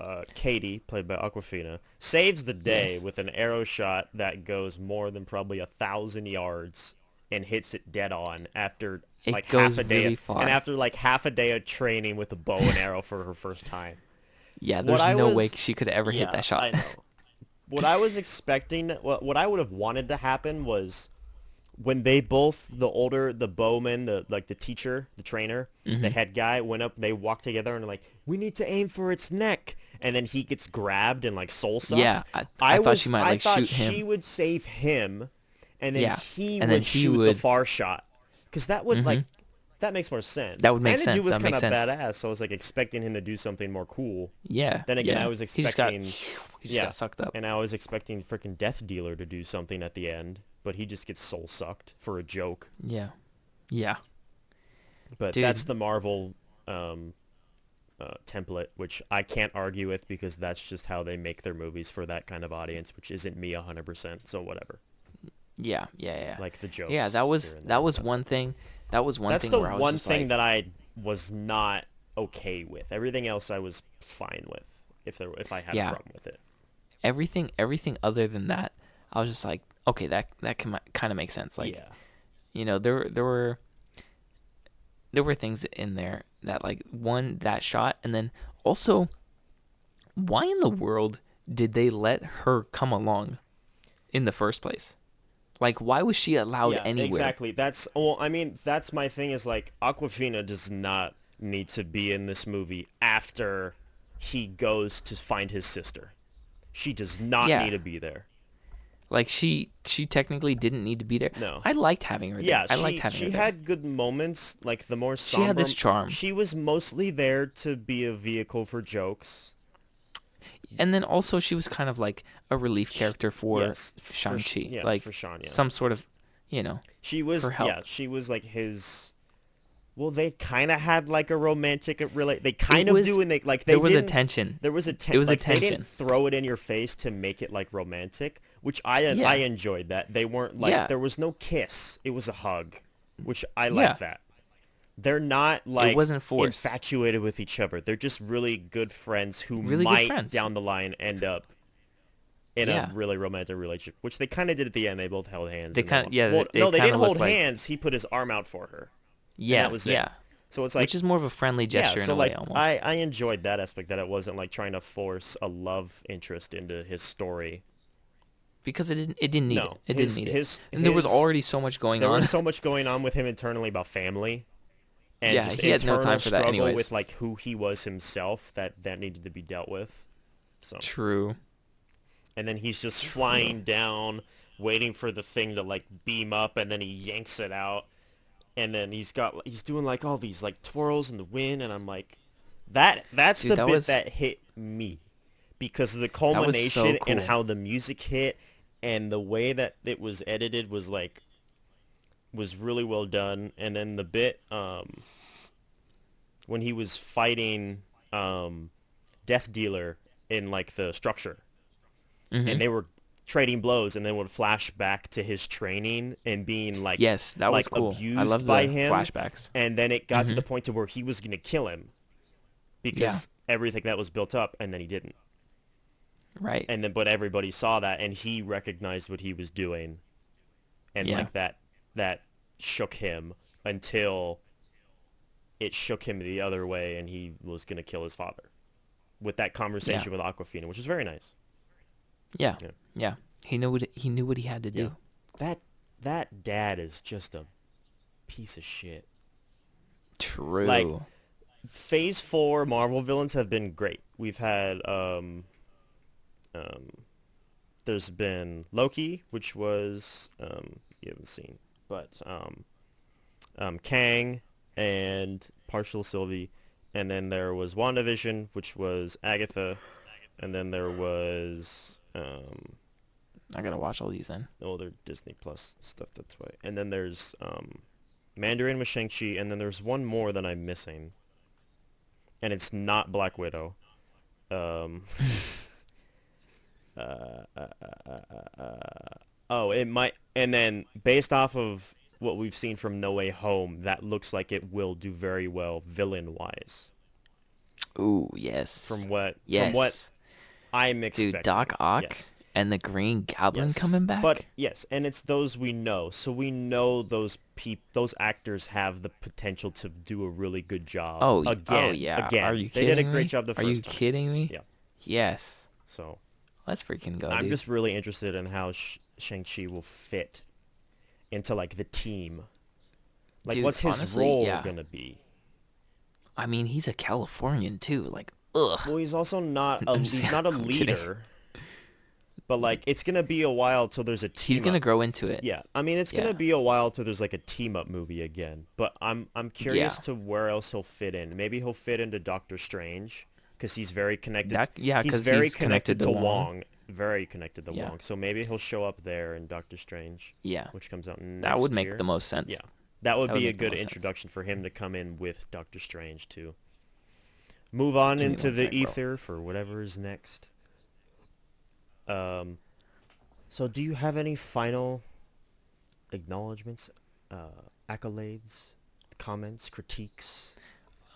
[SPEAKER 1] uh, Katie, played by Aquafina, saves the day
[SPEAKER 2] Yes.
[SPEAKER 1] with an arrow shot that goes more than probably a thousand yards and hits it dead on after
[SPEAKER 2] It
[SPEAKER 1] like
[SPEAKER 2] goes
[SPEAKER 1] half a day
[SPEAKER 2] really far.
[SPEAKER 1] and after like half a day of training with a bow and arrow for her first time.
[SPEAKER 2] yeah,
[SPEAKER 1] what
[SPEAKER 2] there's
[SPEAKER 1] I
[SPEAKER 2] no way
[SPEAKER 1] was-
[SPEAKER 2] she could ever hit that
[SPEAKER 1] I
[SPEAKER 2] shot.
[SPEAKER 1] know. What I was expecting, what what I would have wanted to happen was when they both, the older, the bowman, the like the teacher, the trainer,
[SPEAKER 2] Mm-hmm.
[SPEAKER 1] the head guy, went up. They walked together and like, we need to aim for its neck, and then he gets grabbed and like soul sucked.
[SPEAKER 2] Yeah, I- I thought she might,
[SPEAKER 1] I
[SPEAKER 2] like,
[SPEAKER 1] thought
[SPEAKER 2] shoot him.
[SPEAKER 1] she would save him, and then
[SPEAKER 2] Yeah,
[SPEAKER 1] he
[SPEAKER 2] and
[SPEAKER 1] would
[SPEAKER 2] then he
[SPEAKER 1] shoot
[SPEAKER 2] would- Mm-hmm.
[SPEAKER 1] the far shot because that would like. That makes more sense.
[SPEAKER 2] That would make
[SPEAKER 1] and the
[SPEAKER 2] sense,
[SPEAKER 1] dude was
[SPEAKER 2] that makes
[SPEAKER 1] kinda
[SPEAKER 2] sense.
[SPEAKER 1] badass, so I was like expecting him to do something more cool.
[SPEAKER 2] yeah.
[SPEAKER 1] Then again,
[SPEAKER 2] yeah.
[SPEAKER 1] I was
[SPEAKER 2] He just got,
[SPEAKER 1] expecting-
[SPEAKER 2] he just got sucked up.
[SPEAKER 1] And I was expecting freaking Death Dealer to do something at the end, but he just gets soul sucked for a joke.
[SPEAKER 2] yeah, yeah,
[SPEAKER 1] But
[SPEAKER 2] Dude.
[SPEAKER 1] that's the Marvel um, uh, template, which I can't argue with because that's just how they make their movies for that kind of audience, which isn't me 100%, so whatever.
[SPEAKER 2] yeah, yeah, yeah.
[SPEAKER 1] Like the jokes.
[SPEAKER 2] yeah, that was
[SPEAKER 1] here and there.
[SPEAKER 2] that was
[SPEAKER 1] That's-
[SPEAKER 2] one thing. That was one
[SPEAKER 1] That's
[SPEAKER 2] thing
[SPEAKER 1] the
[SPEAKER 2] where I was
[SPEAKER 1] one
[SPEAKER 2] just
[SPEAKER 1] thing
[SPEAKER 2] like,
[SPEAKER 1] that I was not okay with. Everything else I was fine with if there if I had
[SPEAKER 2] Yeah.
[SPEAKER 1] a problem with it.
[SPEAKER 2] everything everything other than that, I was just like, okay, that that can kind of make sense. Like,
[SPEAKER 1] yeah.
[SPEAKER 2] you know there were- there were there were things in there that like one that shot and then also why in the world did they let her come along in the first place like why was she allowed Oh, anywhere
[SPEAKER 1] Exactly. That's well, I mean, that's my thing is like Aquafina does not need to be in this movie after he goes to find his sister. She does not
[SPEAKER 2] Yeah.
[SPEAKER 1] need to be there.
[SPEAKER 2] like she she technically didn't need to be there
[SPEAKER 1] No.
[SPEAKER 2] i liked having her there.
[SPEAKER 1] Yeah,
[SPEAKER 2] i
[SPEAKER 1] she,
[SPEAKER 2] liked having
[SPEAKER 1] she
[SPEAKER 2] her there.
[SPEAKER 1] had good moments, like the more
[SPEAKER 2] She
[SPEAKER 1] somber.
[SPEAKER 2] had this charm.
[SPEAKER 1] She was mostly there to be a vehicle for jokes.
[SPEAKER 2] and then also she was kind of like a relief character for
[SPEAKER 1] yes, for sh-
[SPEAKER 2] shang-chi
[SPEAKER 1] yeah,
[SPEAKER 2] like
[SPEAKER 1] for Shang, yeah.
[SPEAKER 2] some sort of you know
[SPEAKER 1] She was
[SPEAKER 2] for help.
[SPEAKER 1] yeah, she was like his well, they kind of had like a romantic relate. They kind of
[SPEAKER 2] was-
[SPEAKER 1] do, and they like they
[SPEAKER 2] there was a
[SPEAKER 1] didn't-
[SPEAKER 2] tension
[SPEAKER 1] There was a ten-
[SPEAKER 2] It was a
[SPEAKER 1] like, They
[SPEAKER 2] tension.
[SPEAKER 1] didn't throw it in your face to make it like romantic, which I
[SPEAKER 2] Yeah.
[SPEAKER 1] I enjoyed that. They weren't like
[SPEAKER 2] Yeah.
[SPEAKER 1] there was no kiss. It was a hug, which I
[SPEAKER 2] Yeah.
[SPEAKER 1] like that. They're not like
[SPEAKER 2] wasn't forced.
[SPEAKER 1] infatuated with each other. They're just really good friends who
[SPEAKER 2] Really good
[SPEAKER 1] might
[SPEAKER 2] friends.
[SPEAKER 1] down the line end up in
[SPEAKER 2] Yeah.
[SPEAKER 1] a really romantic relationship, which they kind of did at the end. They both held hands.
[SPEAKER 2] They
[SPEAKER 1] and
[SPEAKER 2] kinda-
[SPEAKER 1] walked-
[SPEAKER 2] yeah,
[SPEAKER 1] Well,
[SPEAKER 2] they-
[SPEAKER 1] no,
[SPEAKER 2] they
[SPEAKER 1] they
[SPEAKER 2] kinda
[SPEAKER 1] didn't hold
[SPEAKER 2] looked like-
[SPEAKER 1] hands. He put his arm out for her.
[SPEAKER 2] yeah
[SPEAKER 1] that was it.
[SPEAKER 2] yeah
[SPEAKER 1] So it's like
[SPEAKER 2] which is more of a friendly gesture
[SPEAKER 1] yeah,
[SPEAKER 2] in
[SPEAKER 1] so
[SPEAKER 2] a
[SPEAKER 1] like
[SPEAKER 2] way almost
[SPEAKER 1] I, I enjoyed that aspect that it wasn't like trying to force a love interest into his story.
[SPEAKER 2] because it didn't it didn't need
[SPEAKER 1] No,
[SPEAKER 2] it. It
[SPEAKER 1] his-
[SPEAKER 2] didn't need
[SPEAKER 1] his-
[SPEAKER 2] it. And there was
[SPEAKER 1] his-
[SPEAKER 2] already so much going
[SPEAKER 1] There
[SPEAKER 2] on.
[SPEAKER 1] was so much going on with him internally about family and
[SPEAKER 2] Yeah,
[SPEAKER 1] just
[SPEAKER 2] he had no
[SPEAKER 1] internal
[SPEAKER 2] time for that
[SPEAKER 1] struggle
[SPEAKER 2] anyways.
[SPEAKER 1] with like who he was himself that that needed to be dealt with. So
[SPEAKER 2] True.
[SPEAKER 1] and then he's just flying down waiting for the thing to like beam up and then he yanks it out and then he's got he's doing like all these like twirls in the wind and I'm like that that's
[SPEAKER 2] Dude,
[SPEAKER 1] the
[SPEAKER 2] that
[SPEAKER 1] bit
[SPEAKER 2] was-
[SPEAKER 1] that hit me because of the
[SPEAKER 2] so
[SPEAKER 1] culmination and
[SPEAKER 2] cool.
[SPEAKER 1] how the music hit and the way that it was edited was like was really well done and then the bit um when he was fighting um death dealer in like the structure
[SPEAKER 2] Mm-hmm.
[SPEAKER 1] and they were trading blows and then would flash back to his training and being like
[SPEAKER 2] Yes, that
[SPEAKER 1] like
[SPEAKER 2] was cool.
[SPEAKER 1] abused
[SPEAKER 2] I loved
[SPEAKER 1] by
[SPEAKER 2] the
[SPEAKER 1] him
[SPEAKER 2] flashbacks.
[SPEAKER 1] and then it
[SPEAKER 2] Mm-hmm.
[SPEAKER 1] got to the point to where he was going to kill him because everything that was built up and then he didn't
[SPEAKER 2] right?
[SPEAKER 1] and then but everybody saw that and he recognized what he was doing and
[SPEAKER 2] Yeah.
[SPEAKER 1] like that that shook him until it shook him the other way and he was going to kill his father with that conversation with Aquafina which was very nice
[SPEAKER 2] yeah.
[SPEAKER 1] Yeah.
[SPEAKER 2] yeah, He knew what he knew what he had to do.
[SPEAKER 1] that that dad is just a piece of shit
[SPEAKER 2] True.
[SPEAKER 1] phase four Marvel villains have been great. We've had um, um, there's been Loki, which was um, you haven't seen, but um, um, Kang and partial Sylvie, and then there was WandaVision, which was Agatha, and then there was um,
[SPEAKER 2] I gotta watch all these then.
[SPEAKER 1] older Disney Plus stuff. That's why. And then there's um, Mandarin with Shang Chi, and then there's one more that I'm missing, and it's not Black Widow. Um, uh, uh, uh, uh, uh, uh, oh, it might. And then based off of what we've seen from No Way Home, that looks like it will do very well villain wise.
[SPEAKER 2] Ooh, yes.
[SPEAKER 1] From what
[SPEAKER 2] yes.
[SPEAKER 1] from what I'm expecting,
[SPEAKER 2] Dude, Doc Ock
[SPEAKER 1] Yes.
[SPEAKER 2] and the Green Goblin
[SPEAKER 1] Yes.
[SPEAKER 2] coming back.
[SPEAKER 1] But yes, and it's those we know. So we know those peop those actors have the potential to do a really good job.
[SPEAKER 2] oh, y-
[SPEAKER 1] again,
[SPEAKER 2] oh yeah.
[SPEAKER 1] again.
[SPEAKER 2] Are you
[SPEAKER 1] they did a
[SPEAKER 2] kidding
[SPEAKER 1] great
[SPEAKER 2] me?
[SPEAKER 1] job the
[SPEAKER 2] Are you
[SPEAKER 1] first time.
[SPEAKER 2] kidding me?
[SPEAKER 1] Yeah.
[SPEAKER 2] Yes.
[SPEAKER 1] So
[SPEAKER 2] Let's freaking go.
[SPEAKER 1] I'm
[SPEAKER 2] dude.
[SPEAKER 1] just really interested in how Sh- Shang Chi will fit into like the team. Like,
[SPEAKER 2] Dude,
[SPEAKER 1] what's his
[SPEAKER 2] honestly,
[SPEAKER 1] role
[SPEAKER 2] yeah.
[SPEAKER 1] gonna be?
[SPEAKER 2] I mean, he's a Californian too. Like, ugh.
[SPEAKER 1] Well, he's also not a
[SPEAKER 2] I'm
[SPEAKER 1] he's
[SPEAKER 2] just-
[SPEAKER 1] not a
[SPEAKER 2] I'm kidding.
[SPEAKER 1] leader. But like, it's gonna be a while till there's a team.
[SPEAKER 2] He's gonna
[SPEAKER 1] up.
[SPEAKER 2] grow into it.
[SPEAKER 1] Yeah, I mean it's
[SPEAKER 2] Yeah.
[SPEAKER 1] gonna be a while till there's like a team up movie again. But I'm I'm curious
[SPEAKER 2] Yeah.
[SPEAKER 1] to where else he'll fit in. Maybe he'll fit into Doctor Strange because he's very connected.
[SPEAKER 2] That-
[SPEAKER 1] to-
[SPEAKER 2] yeah,
[SPEAKER 1] he's
[SPEAKER 2] 'cause
[SPEAKER 1] very
[SPEAKER 2] he's connected
[SPEAKER 1] to,
[SPEAKER 2] to
[SPEAKER 1] Wong.
[SPEAKER 2] Wong.
[SPEAKER 1] Very connected to
[SPEAKER 2] Yeah.
[SPEAKER 1] Wong. So maybe he'll show up there in Doctor Strange,
[SPEAKER 2] Yeah.
[SPEAKER 1] which comes out next
[SPEAKER 2] That would make
[SPEAKER 1] year.
[SPEAKER 2] the most sense.
[SPEAKER 1] Yeah, that would
[SPEAKER 2] that would
[SPEAKER 1] be a
[SPEAKER 2] make the
[SPEAKER 1] good
[SPEAKER 2] most sense.
[SPEAKER 1] introduction for him to come in with Doctor Strange too. Move on
[SPEAKER 2] Give me
[SPEAKER 1] into
[SPEAKER 2] one
[SPEAKER 1] the
[SPEAKER 2] sec, bro.
[SPEAKER 1] ether for whatever is next. Um, so do you have any final acknowledgments, uh, accolades, comments, critiques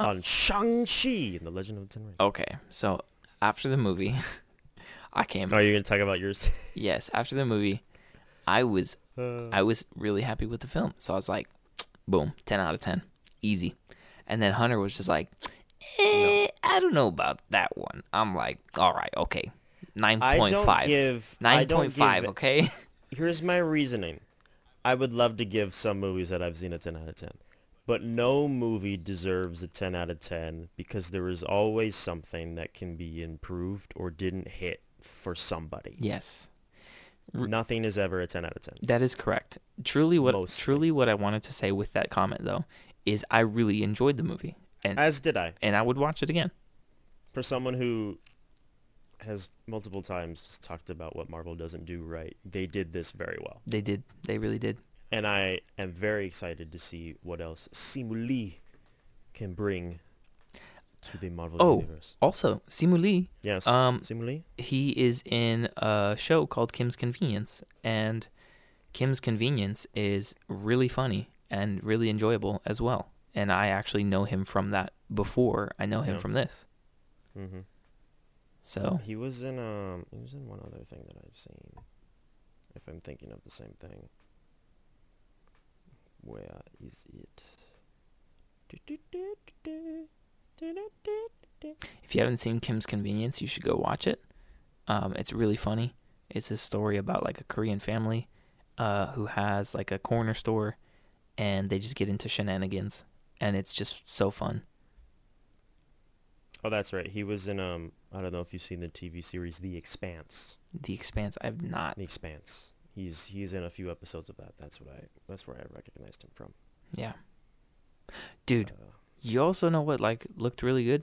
[SPEAKER 2] Uh,
[SPEAKER 1] on Shang Chi and the Legend of the Ten Rings?
[SPEAKER 2] Okay. So after the movie, I came.
[SPEAKER 1] Are you gonna talk about yours?
[SPEAKER 2] Yes, after the movie, I was
[SPEAKER 1] Uh.
[SPEAKER 2] I was really happy with the film. So I was like, boom, ten out of ten, easy. And then Hunter was just like, eh, I don't know about that one. I'm like, all right, okay, nine
[SPEAKER 1] I
[SPEAKER 2] point
[SPEAKER 1] don't
[SPEAKER 2] five.
[SPEAKER 1] give. I
[SPEAKER 2] Nine
[SPEAKER 1] don't
[SPEAKER 2] point five,
[SPEAKER 1] give-
[SPEAKER 2] okay?
[SPEAKER 1] Here's my reasoning. I would love to give some movies that I've seen a 10 out of 10. But no movie deserves a 10 out of 10 because there is always something that can be improved or didn't hit for somebody.
[SPEAKER 2] yes.
[SPEAKER 1] Nothing is ever a 10 out of 10.
[SPEAKER 2] That is correct. Truly, what
[SPEAKER 1] Mostly.
[SPEAKER 2] truly what I wanted to say with that comment though is I really enjoyed the movie, and
[SPEAKER 1] As did I.
[SPEAKER 2] and I would watch it again.
[SPEAKER 1] For someone who has multiple times just talked about what Marvel doesn't do right, they did this very well.
[SPEAKER 2] They did. They really did.
[SPEAKER 1] And I am very excited to see what else Simu Lee can bring to the Marvel
[SPEAKER 2] Oh,
[SPEAKER 1] universe.
[SPEAKER 2] also Simu Lee,
[SPEAKER 1] Yes.
[SPEAKER 2] um,
[SPEAKER 1] Simu Lee?
[SPEAKER 2] he is in a show called Kim's Convenience, and Kim's Convenience is really funny and really enjoyable as well. And I actually know him from that before I know him
[SPEAKER 1] Yeah.
[SPEAKER 2] from this.
[SPEAKER 1] Mm-hmm.
[SPEAKER 2] So
[SPEAKER 1] He was in um he was in one other thing that I've seen. If I'm thinking of the same thing. Where is it?
[SPEAKER 2] if you haven't seen Kim's Convenience, you should go watch it. Um, it's really funny. It's a story about like a Korean family uh, who has like a corner store, and they just get into shenanigans, and it's just so fun.
[SPEAKER 1] Oh, that's right. He was in um I don't know if you've seen the TV series The Expanse.
[SPEAKER 2] The Expanse, I've not.
[SPEAKER 1] The Expanse. He's he's in a few episodes of that. That's what I that's where I recognized him from.
[SPEAKER 2] Yeah, dude.
[SPEAKER 1] Uh,
[SPEAKER 2] You also know what like looked really good?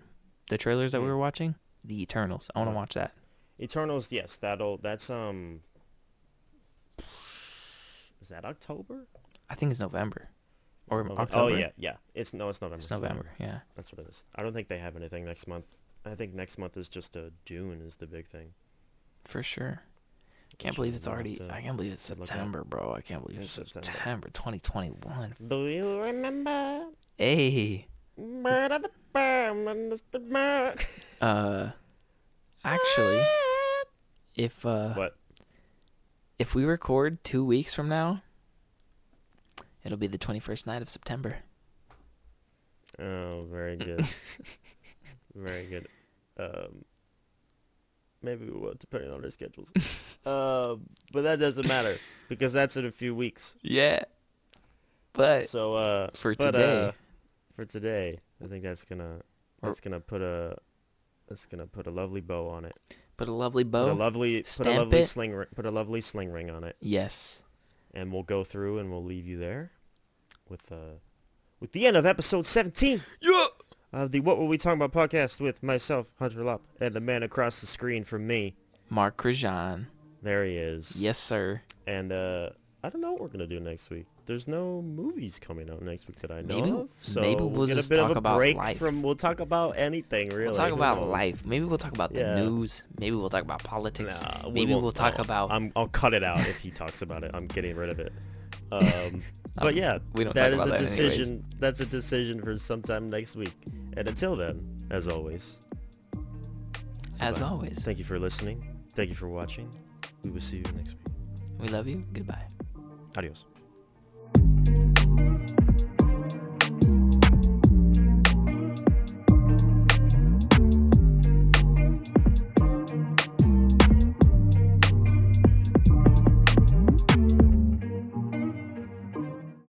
[SPEAKER 2] The trailers that we
[SPEAKER 1] Hmm.
[SPEAKER 2] were watching? The Eternals. I want to
[SPEAKER 1] What?
[SPEAKER 2] watch that.
[SPEAKER 1] Eternals, yes, that'll that's um is that October?
[SPEAKER 2] I think it's November. Or
[SPEAKER 1] November.
[SPEAKER 2] October.
[SPEAKER 1] Oh yeah, yeah. It's no, it's November.
[SPEAKER 2] It's November, yeah.
[SPEAKER 1] That's what it is. I don't think they have anything next month. I think next month is just a Dune is the big thing.
[SPEAKER 2] For sure. Can't
[SPEAKER 1] Which
[SPEAKER 2] believe
[SPEAKER 1] I'll
[SPEAKER 2] it's
[SPEAKER 1] have
[SPEAKER 2] already
[SPEAKER 1] to-
[SPEAKER 2] I can't believe it's
[SPEAKER 1] to look up.
[SPEAKER 2] September, bro. I can't believe
[SPEAKER 1] It's
[SPEAKER 2] it's
[SPEAKER 1] September.
[SPEAKER 2] September 2021.
[SPEAKER 1] Do you remember
[SPEAKER 2] Hey.
[SPEAKER 1] murder the Bird, Mr. Mark?
[SPEAKER 2] Uh actually if uh
[SPEAKER 1] What?
[SPEAKER 2] if we record two weeks from now, it'll be the twenty first night of September.
[SPEAKER 1] Oh, very good. very good. Um, maybe we will, depending on our schedules. uh, but that doesn't matter because that's in a few weeks.
[SPEAKER 2] Yeah. But
[SPEAKER 1] So uh,
[SPEAKER 2] for
[SPEAKER 1] but,
[SPEAKER 2] today.
[SPEAKER 1] uh, for today, I think that's gonna
[SPEAKER 2] Or-
[SPEAKER 1] that's gonna put a that's gonna put a lovely bow on it.
[SPEAKER 2] put a lovely bow.
[SPEAKER 1] put a lovely put a
[SPEAKER 2] Oh, stamp
[SPEAKER 1] lovely
[SPEAKER 2] it.
[SPEAKER 1] sling ri- put a lovely sling ring on it,
[SPEAKER 2] yes.
[SPEAKER 1] and we'll go through and we'll leave you there with uh with the end of episode seventeen.
[SPEAKER 2] Yeah.
[SPEAKER 1] of the What Were We Talking About podcast with myself, Hunter Lop, and the man across the screen from me.
[SPEAKER 2] Mark Rajan.
[SPEAKER 1] There he is.
[SPEAKER 2] Yes, sir.
[SPEAKER 1] And uh, I don't know what we're going to do next week. There's no movies coming out next week that I know
[SPEAKER 2] Maybe-
[SPEAKER 1] of. So
[SPEAKER 2] maybe we'll
[SPEAKER 1] get a
[SPEAKER 2] just
[SPEAKER 1] bit
[SPEAKER 2] talk
[SPEAKER 1] of a
[SPEAKER 2] about
[SPEAKER 1] break
[SPEAKER 2] life.
[SPEAKER 1] from. We'll talk about anything, really.
[SPEAKER 2] We'll talk
[SPEAKER 1] Who
[SPEAKER 2] about
[SPEAKER 1] knows?
[SPEAKER 2] life. Maybe we'll talk about the
[SPEAKER 1] Yeah.
[SPEAKER 2] news. Maybe we'll talk about politics.
[SPEAKER 1] Nah, we
[SPEAKER 2] Maybe
[SPEAKER 1] won't-
[SPEAKER 2] we'll talk
[SPEAKER 1] no.
[SPEAKER 2] about
[SPEAKER 1] I'm, I'll cut it out if he talks about it. I'm getting rid of it. Um, but yeah,
[SPEAKER 2] we don't
[SPEAKER 1] that
[SPEAKER 2] talk
[SPEAKER 1] is
[SPEAKER 2] about
[SPEAKER 1] a
[SPEAKER 2] that anyways.
[SPEAKER 1] decision. That's a decision for sometime next week. And until then, as always,
[SPEAKER 2] as
[SPEAKER 1] Goodbye.
[SPEAKER 2] always.
[SPEAKER 1] Thank you for listening. Thank you for watching. We will see you next week.
[SPEAKER 2] We love you. Goodbye.
[SPEAKER 1] Adios.